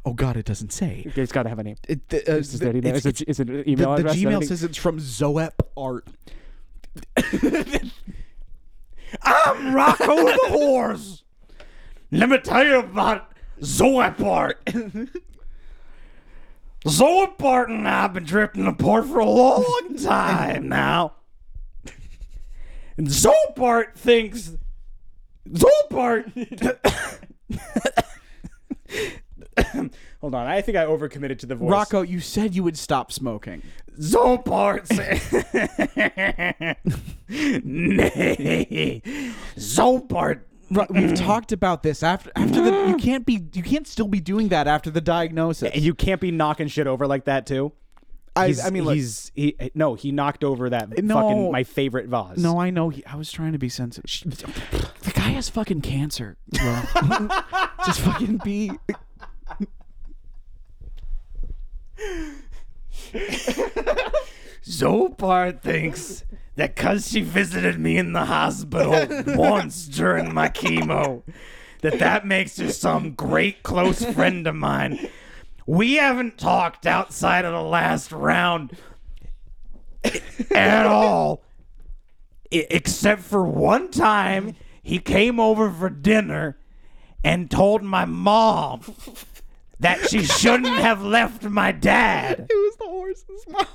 Speaker 2: oh God, it doesn't say.
Speaker 1: It's got to have a name.
Speaker 2: It, the, uh,
Speaker 1: Is, there any, is,
Speaker 2: it's-
Speaker 1: it, is it an email
Speaker 2: the, the
Speaker 1: address? Is there
Speaker 2: Gmail
Speaker 1: any-
Speaker 2: says it's from Zoep Art.
Speaker 1: I'm Rocco the horse. Let me tell you about Zoapart. Zoapart and I have been drifting apart for a long time now. And Zoapart thinks Zoapart. Hold on, I think I overcommitted to the voice.
Speaker 2: Rocco, you said you would stop smoking.
Speaker 1: Zopart says, Nay, Zopart
Speaker 2: Ru- We've talked about this after after the you can't be you can't still be doing that after the diagnosis.
Speaker 1: And you can't be knocking shit over like that too.
Speaker 2: I-
Speaker 1: He's-
Speaker 2: I mean, look-
Speaker 1: he's he no, he knocked over that
Speaker 2: No.
Speaker 1: fucking my favorite vase.
Speaker 2: no, I know. He, I was trying to be sensitive. Sh-
Speaker 3: The guy has fucking cancer. bro.
Speaker 2: Just fucking be.
Speaker 1: Zopar thinks that because she visited me in the hospital once during my chemo, that that makes her some great close friend of mine. We haven't talked outside of the last round at all, e- except for one time he came over for dinner and told my mom that she shouldn't have left my dad.
Speaker 3: It was the horse's mom.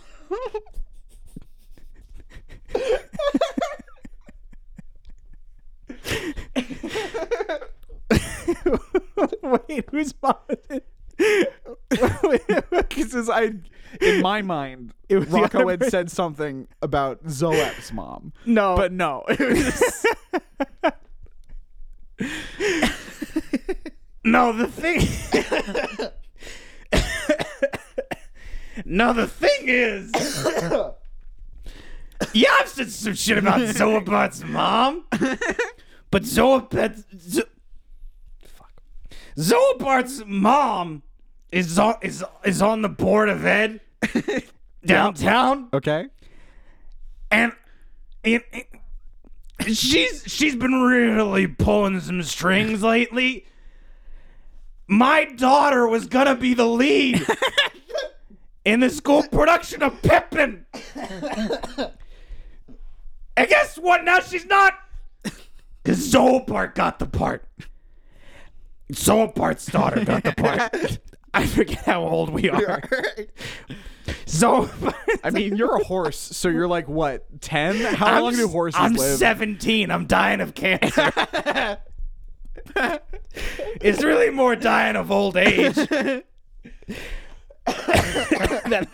Speaker 1: Wait, who's mom?
Speaker 2: Because I, in my mind, it was
Speaker 1: the
Speaker 2: Rocco
Speaker 1: other
Speaker 2: had
Speaker 1: person.
Speaker 2: said something about Zoep's mom.
Speaker 1: No,
Speaker 2: but no, it was
Speaker 1: No, the thing. no, the thing is. yeah, I've said some shit about Zoobot's mom, but Zoobot. Zo- Fuck. Zoobart's mom is on is is on the board of Ed downtown,
Speaker 2: okay.
Speaker 1: and and. and She's she's been really pulling some strings lately my daughter was gonna be the lead in the school production of Pippin. and guess what? Now she's not. Because Zoopart got the part. Zoopart's daughter got the part. I forget how old we are. Zoopart.
Speaker 2: I mean, you're a horse, so you're like what ten? How long do horses
Speaker 1: I'm
Speaker 2: live?
Speaker 1: 17. I'm dying of cancer. it's really more dying of old age than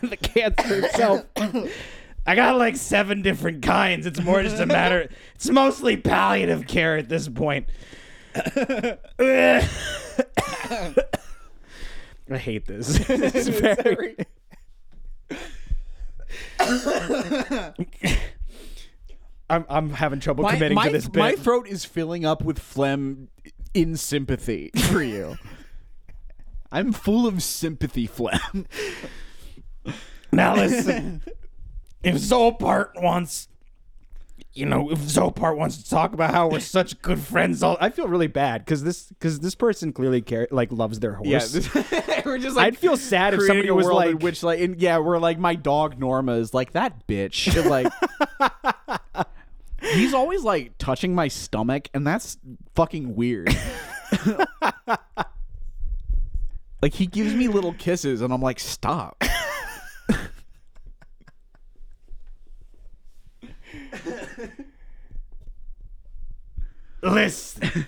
Speaker 1: the cancer itself. I got like seven different kinds. It's more just a matter. It's mostly palliative care at this point. I hate this. It's very- I'm I'm having trouble committing
Speaker 2: my,
Speaker 1: to this bit.
Speaker 2: my throat is filling up with phlegm in sympathy for you. I'm full of sympathy phlegm.
Speaker 1: Now listen, if Zopart wants, you know, if Zopart wants to talk about how we're such good friends, all I feel really bad because this because this person clearly care like loves their horse.
Speaker 2: we're just
Speaker 1: I'd feel sad if
Speaker 2: creating
Speaker 1: somebody
Speaker 2: a
Speaker 1: was
Speaker 2: world in
Speaker 1: like-
Speaker 2: which like, and yeah, we're like, my dog Norma is like that bitch. And, like, he's always like touching my stomach, and that's fucking weird. like he gives me little kisses, and I'm like, stop.
Speaker 1: Listen,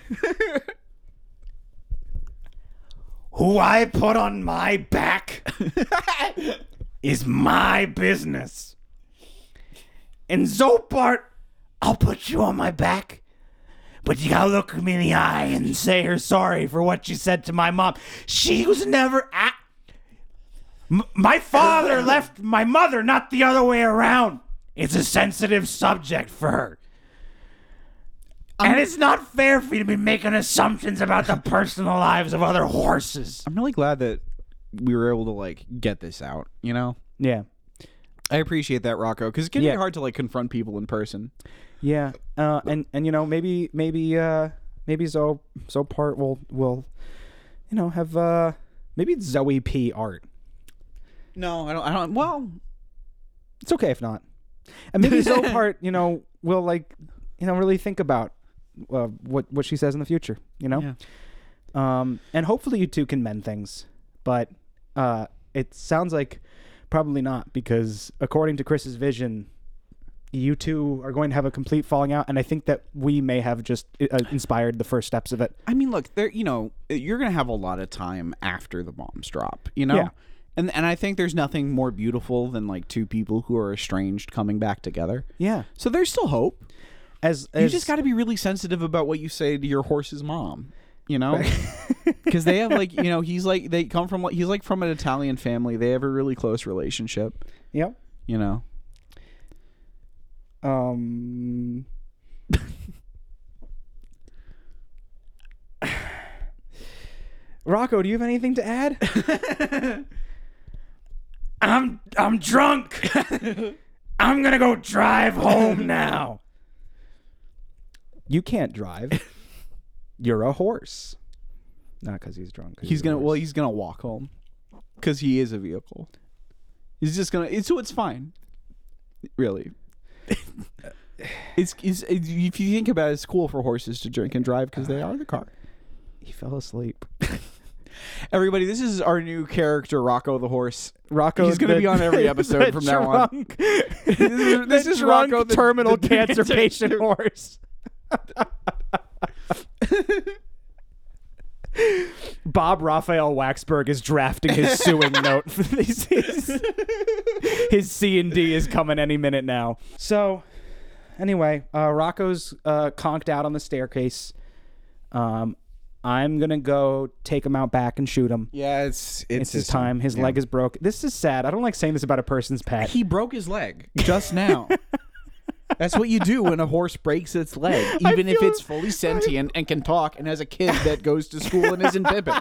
Speaker 1: who I put on my back is my business. And Zopart, I'll put you on my back. But you gotta look me in the eye and say her sorry for what you said to my mom. She was never at. M- my father left my mother, not the other way around. It's a sensitive subject for her. and it's not fair for you to be making assumptions about the personal lives of other horses.
Speaker 2: I'm really glad that we were able to like get this out. You know,
Speaker 1: Yeah.
Speaker 2: I appreciate that, Rocco, because it can
Speaker 1: Yeah.
Speaker 2: be hard to like confront people in person.
Speaker 1: Yeah, uh, and and you know maybe maybe uh, maybe Zo Zo part will will you know have uh, maybe it's Zoe P art.
Speaker 2: No, I don't. I don't. Well,
Speaker 1: It's okay if not, and maybe Zo part you know will like you know really think about uh, what what she says in the future. You know, um, and hopefully you two can mend things, but uh, it sounds like probably not because according to Chris's vision. You two are going to have a complete falling out, and I think that we may have just uh, inspired the first steps of it.
Speaker 2: I mean, look, there. You know, you're gonna have a lot of time after the bombs drop. You know,
Speaker 1: Yeah.
Speaker 2: and and I think there's nothing more beautiful than like two people who are estranged coming back together.
Speaker 1: Yeah.
Speaker 2: So there's still hope.
Speaker 1: as,
Speaker 2: You
Speaker 1: as-
Speaker 2: just got to be really sensitive about what you say to your horse's mom, you know? Because they have like, you know, he's like they come from like he's like from an Italian family. They have a really close relationship,
Speaker 1: Yep.
Speaker 2: you know.
Speaker 1: Um. Rocco, do you have anything to add? I'm I'm drunk. I'm gonna go drive home now. You can't drive. You're a horse. Not because he's drunk. 'cause
Speaker 2: He's
Speaker 1: a
Speaker 2: gonna
Speaker 1: horse.
Speaker 2: well, he's gonna walk home because he is a vehicle. He's just gonna. It's, so it's fine, really. it's, it's if you think about it, it's cool for horses to drink and drive because they are the car.
Speaker 1: he fell asleep.
Speaker 2: Everybody, this is our new character, Rocco the horse.
Speaker 1: Rocco.
Speaker 2: He's gonna
Speaker 1: the-
Speaker 2: be on every episode
Speaker 1: the
Speaker 2: from now on.
Speaker 1: drunk- this
Speaker 2: is- this is
Speaker 1: drunk
Speaker 2: Rocco, the-
Speaker 1: terminal
Speaker 2: the
Speaker 1: cancer
Speaker 2: cancer-
Speaker 1: patient horse. Bob Raphael Waxberg is drafting his suing note. For these, his, his C and D is coming any minute now. So, anyway, uh, Rocco's uh, conked out on the staircase. Um, I'm gonna go take him out back and shoot him.
Speaker 2: Yeah, it's
Speaker 1: It's his time. His leg is broke. This is sad. I don't like saying this about a person's pet.
Speaker 2: He broke his leg just now. That's what you do when a horse breaks its leg, even if
Speaker 1: feel-
Speaker 2: it's fully sentient and can talk and has a kid that goes to school and isn't bibbing.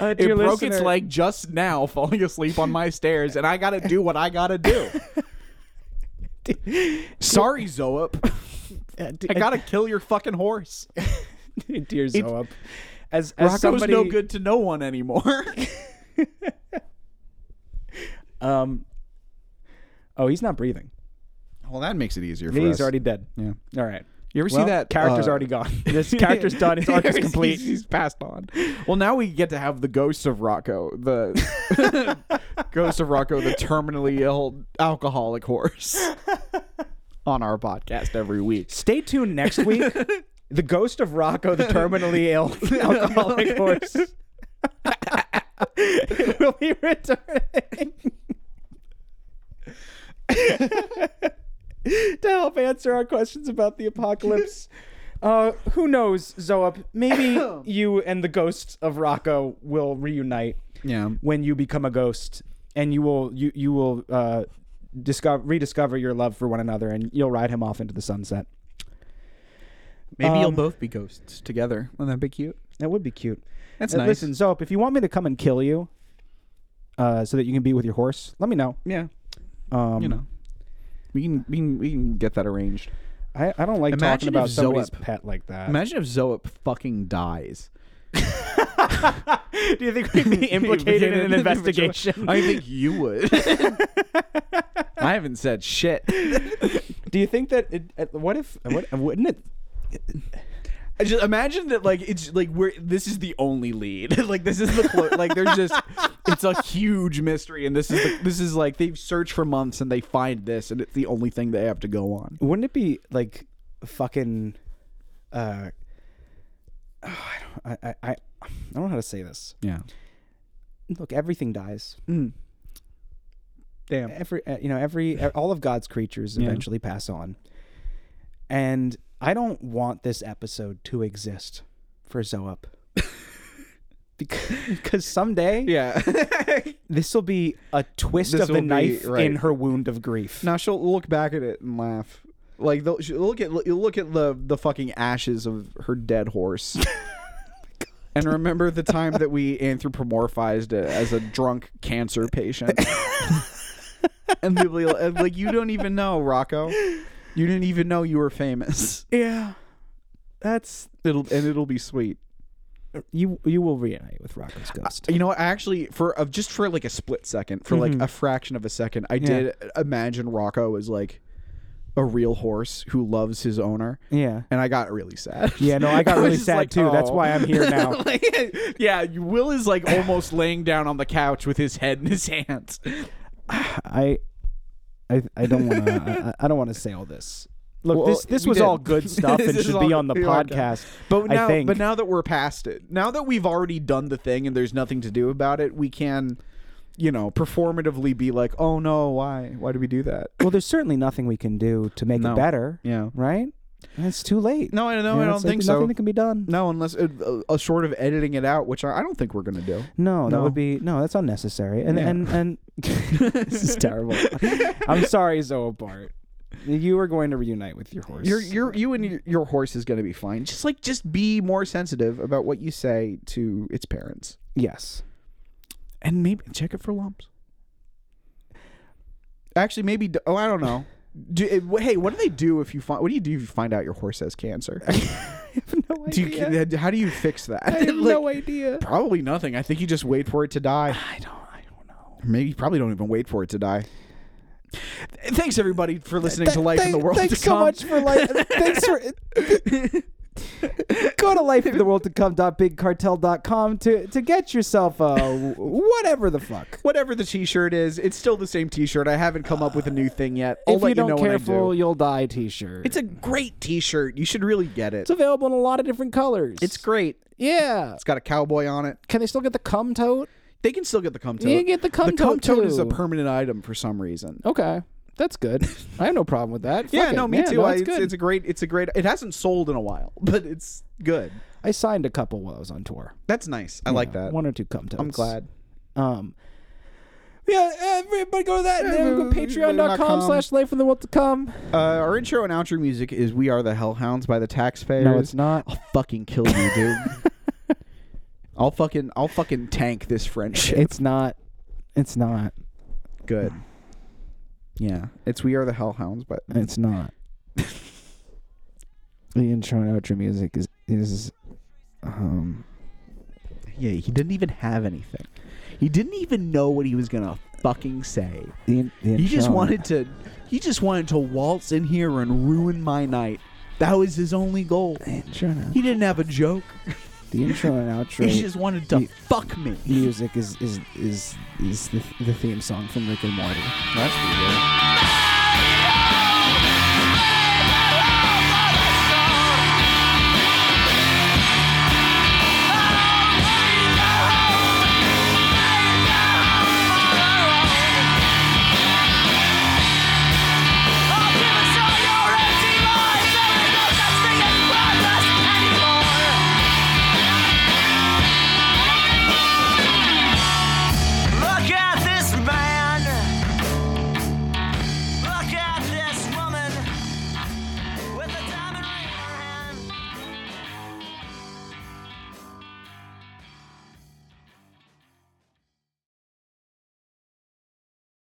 Speaker 1: Uh,
Speaker 2: It
Speaker 1: dear
Speaker 2: broke its
Speaker 1: listener-
Speaker 2: leg just now, falling asleep on my stairs, and I gotta do what I gotta do. Sorry, Zoop.
Speaker 1: Uh, d-
Speaker 2: I gotta kill your fucking horse.
Speaker 1: dear Zoab. As, as
Speaker 2: Rocco's
Speaker 1: somebody,
Speaker 2: no good to no one anymore.
Speaker 1: Um, oh, he's not breathing.
Speaker 2: well, that makes it easier for
Speaker 1: He's already dead.
Speaker 2: Yeah.
Speaker 1: All right.
Speaker 2: You ever see
Speaker 1: Well,
Speaker 2: that
Speaker 1: character's
Speaker 2: uh,
Speaker 1: already gone. This character's done. His arc is
Speaker 2: He's-
Speaker 1: complete.
Speaker 2: He's, passed on. Well, now we get to have the ghost of Rocco, the ghost of Rocco, the terminally ill alcoholic horse, on our podcast every week.
Speaker 1: Stay tuned next week. the ghost of Rocco, the terminally ill alcoholic horse, will be returning to help answer our questions about the apocalypse. Uh, who knows, Zoop? Maybe you and the ghost of Rocco will reunite
Speaker 2: Yeah.
Speaker 1: when you become a ghost, and you will you you will uh, discover rediscover your love for one another, and you'll ride him off into the sunset.
Speaker 2: Maybe
Speaker 1: you'll
Speaker 2: you'll both be ghosts together. Wouldn't that be cute?
Speaker 1: That would be cute.
Speaker 2: That's
Speaker 1: Uh,
Speaker 2: nice.
Speaker 1: Listen, Zope, if you want me to come and kill you, uh, so that you can be with your horse, let me know.
Speaker 2: Yeah.
Speaker 1: Um,
Speaker 2: You know. We can, we can we can get that arranged.
Speaker 1: I, I don't like talking
Speaker 2: Imagine
Speaker 1: about
Speaker 2: if
Speaker 1: somebody's
Speaker 2: Zoep-
Speaker 1: pet like that.
Speaker 2: Imagine if Zoop fucking dies.
Speaker 1: Do you think we'd be implicated in an investigation?
Speaker 2: I think you would. I haven't said shit.
Speaker 1: Do you think that? It, uh, what if? What wouldn't it?
Speaker 2: I just imagine that like it's like we're this is the only lead. like this is the clo- like there's just it's a huge mystery and this is the, this is like they've searched for months and they find this and it's the only thing they have to go on.
Speaker 1: Wouldn't it be like fucking? Uh, oh, I don't. I, I I I don't know how to say this.
Speaker 2: Yeah. Mm.
Speaker 1: Look, everything dies.
Speaker 2: Damn.
Speaker 1: every uh, you know every all of god's creatures eventually pass on and i don't want this episode to exist for zoop because someday
Speaker 2: Yeah.
Speaker 1: this will be a twist
Speaker 2: This
Speaker 1: of the
Speaker 2: will be-
Speaker 1: knife in
Speaker 2: right.
Speaker 1: her wound of grief
Speaker 2: now she'll look back at it and laugh. Like they'll, she'll look at you'll look at the the fucking ashes of her dead horse. And remember the time that we anthropomorphized it as a drunk cancer patient. and people will- and, like you don't even know, Rocco. You didn't even know you were famous.
Speaker 1: yeah that's
Speaker 2: It'll and it'll be sweet.
Speaker 1: you you will reunite with rocco's ghost
Speaker 2: You know, what, I actually for of just for like a split second, for like a fraction of a second, I did imagine Rocco as like a real horse who loves his owner.
Speaker 1: yeah
Speaker 2: and I got really sad.
Speaker 1: yeah no i got
Speaker 2: was
Speaker 1: really
Speaker 2: just
Speaker 1: sad
Speaker 2: like,
Speaker 1: too that's
Speaker 2: "Oh."
Speaker 1: why i'm here now
Speaker 2: Like, yeah, Will is like almost laying down on the couch with his head in his hands.
Speaker 1: I, I, I don't want to. I, I don't want to say all this. Look,
Speaker 2: Well,
Speaker 1: this this
Speaker 2: we
Speaker 1: was
Speaker 2: did.
Speaker 1: all good stuff
Speaker 2: This
Speaker 1: and
Speaker 2: is
Speaker 1: should
Speaker 2: all
Speaker 1: be on the
Speaker 2: good- we are good.
Speaker 1: podcast.
Speaker 2: But now,
Speaker 1: I think,
Speaker 2: but now that we're past it, now that we've already done the thing and there's nothing to do about it, we can you know, performatively be like, "Oh no, why? Why do we do that?"
Speaker 1: Well, there's certainly nothing we can do to make
Speaker 2: No.
Speaker 1: it better,
Speaker 2: Yeah.
Speaker 1: right? It's too late.
Speaker 2: No, I no,
Speaker 1: You
Speaker 2: I
Speaker 1: know,
Speaker 2: don't
Speaker 1: it's like
Speaker 2: think
Speaker 1: there's nothing
Speaker 2: so.
Speaker 1: that can be done.
Speaker 2: No, unless uh, uh, uh, short of editing it out, which I, I don't think we're gonna do.
Speaker 1: No, that
Speaker 2: No.
Speaker 1: would be no. That's unnecessary. And
Speaker 2: Yeah.
Speaker 1: and and this is terrible. I'm sorry, Zoobart. You were going to reunite with your horse.
Speaker 2: Your your you and your, your horse is gonna be fine. Just like just be more sensitive about what you say to its parents.
Speaker 1: yes.
Speaker 2: and maybe check it for lumps. Actually, maybe. d- Oh, I don't know. Do, eh, wh- hey, what do they do if you find? What do you do if you find out your horse has cancer?
Speaker 1: No
Speaker 2: do you, eh, How do you fix that? Like,
Speaker 1: no idea.
Speaker 2: Probably nothing. I think you just wait for it to die.
Speaker 1: I don't. I don't know.
Speaker 2: Maybe you probably don't even wait for it to die. Th- Thanks everybody for listening to Life in the
Speaker 1: Thank-
Speaker 2: World.
Speaker 1: Thanks
Speaker 2: to
Speaker 1: so
Speaker 2: Come.
Speaker 1: much for life. thanks for. Go to lifeintheworldtocome.bigcartel.com to to get yourself a whatever the fuck.
Speaker 2: Whatever the T-shirt is, it's still the same T-shirt. I haven't come up with a new thing yet. I'll
Speaker 1: if
Speaker 2: let
Speaker 1: you don't
Speaker 2: know when I
Speaker 1: careful,
Speaker 2: do.
Speaker 1: you'll die. T-shirt.
Speaker 2: it's a great T-shirt. You should really get it.
Speaker 1: It's available in a lot of different colors.
Speaker 2: It's great.
Speaker 1: yeah.
Speaker 2: It's got a cowboy on it.
Speaker 1: Can they still get the cum tote?
Speaker 2: They can still get the cum tote.
Speaker 1: You can get the cum
Speaker 2: The cum
Speaker 1: tote,
Speaker 2: tote is a
Speaker 1: too.
Speaker 2: permanent item for some reason.
Speaker 1: Okay, that's good. I have no problem with that.
Speaker 2: yeah,
Speaker 1: Fuck it.
Speaker 2: no, me
Speaker 1: Yeah,
Speaker 2: too.
Speaker 1: No,
Speaker 2: I,
Speaker 1: that's
Speaker 2: it's,
Speaker 1: good.
Speaker 2: it's a great. It's a great. It hasn't sold in a while, but it's good.
Speaker 1: I signed a couple while I was on tour.
Speaker 2: That's nice. I like that.
Speaker 1: One or two cum totes.
Speaker 2: I'm glad.
Speaker 1: Um. Yeah, everybody go to that. and then go to patreon.com
Speaker 2: patreon.com.
Speaker 1: slash life in the world to come.
Speaker 2: Uh, our intro and outro music is "We Are the Hellhounds" by the Taxpayers.
Speaker 1: No, it's not.
Speaker 2: I'll fucking kill you, dude. I'll fucking I'll fucking tank this friendship.
Speaker 1: It's not. It's not.
Speaker 2: good. Yeah, it's "We Are the Hellhounds," but
Speaker 1: It's not. the intro and outro music is is um
Speaker 2: yeah, he didn't even have anything. He didn't even know what he was gonna fucking say.
Speaker 1: the, in- the intro.
Speaker 2: He just wanted to. He just wanted to waltz in here and ruin my night. That was his only goal.
Speaker 1: the intro. and
Speaker 2: He didn't have a joke.
Speaker 1: out- The intro and outro.
Speaker 2: He just wanted to
Speaker 1: He-
Speaker 2: fuck me.
Speaker 1: music is is is is the, the theme song from Rick and Morty.
Speaker 2: That's pretty good.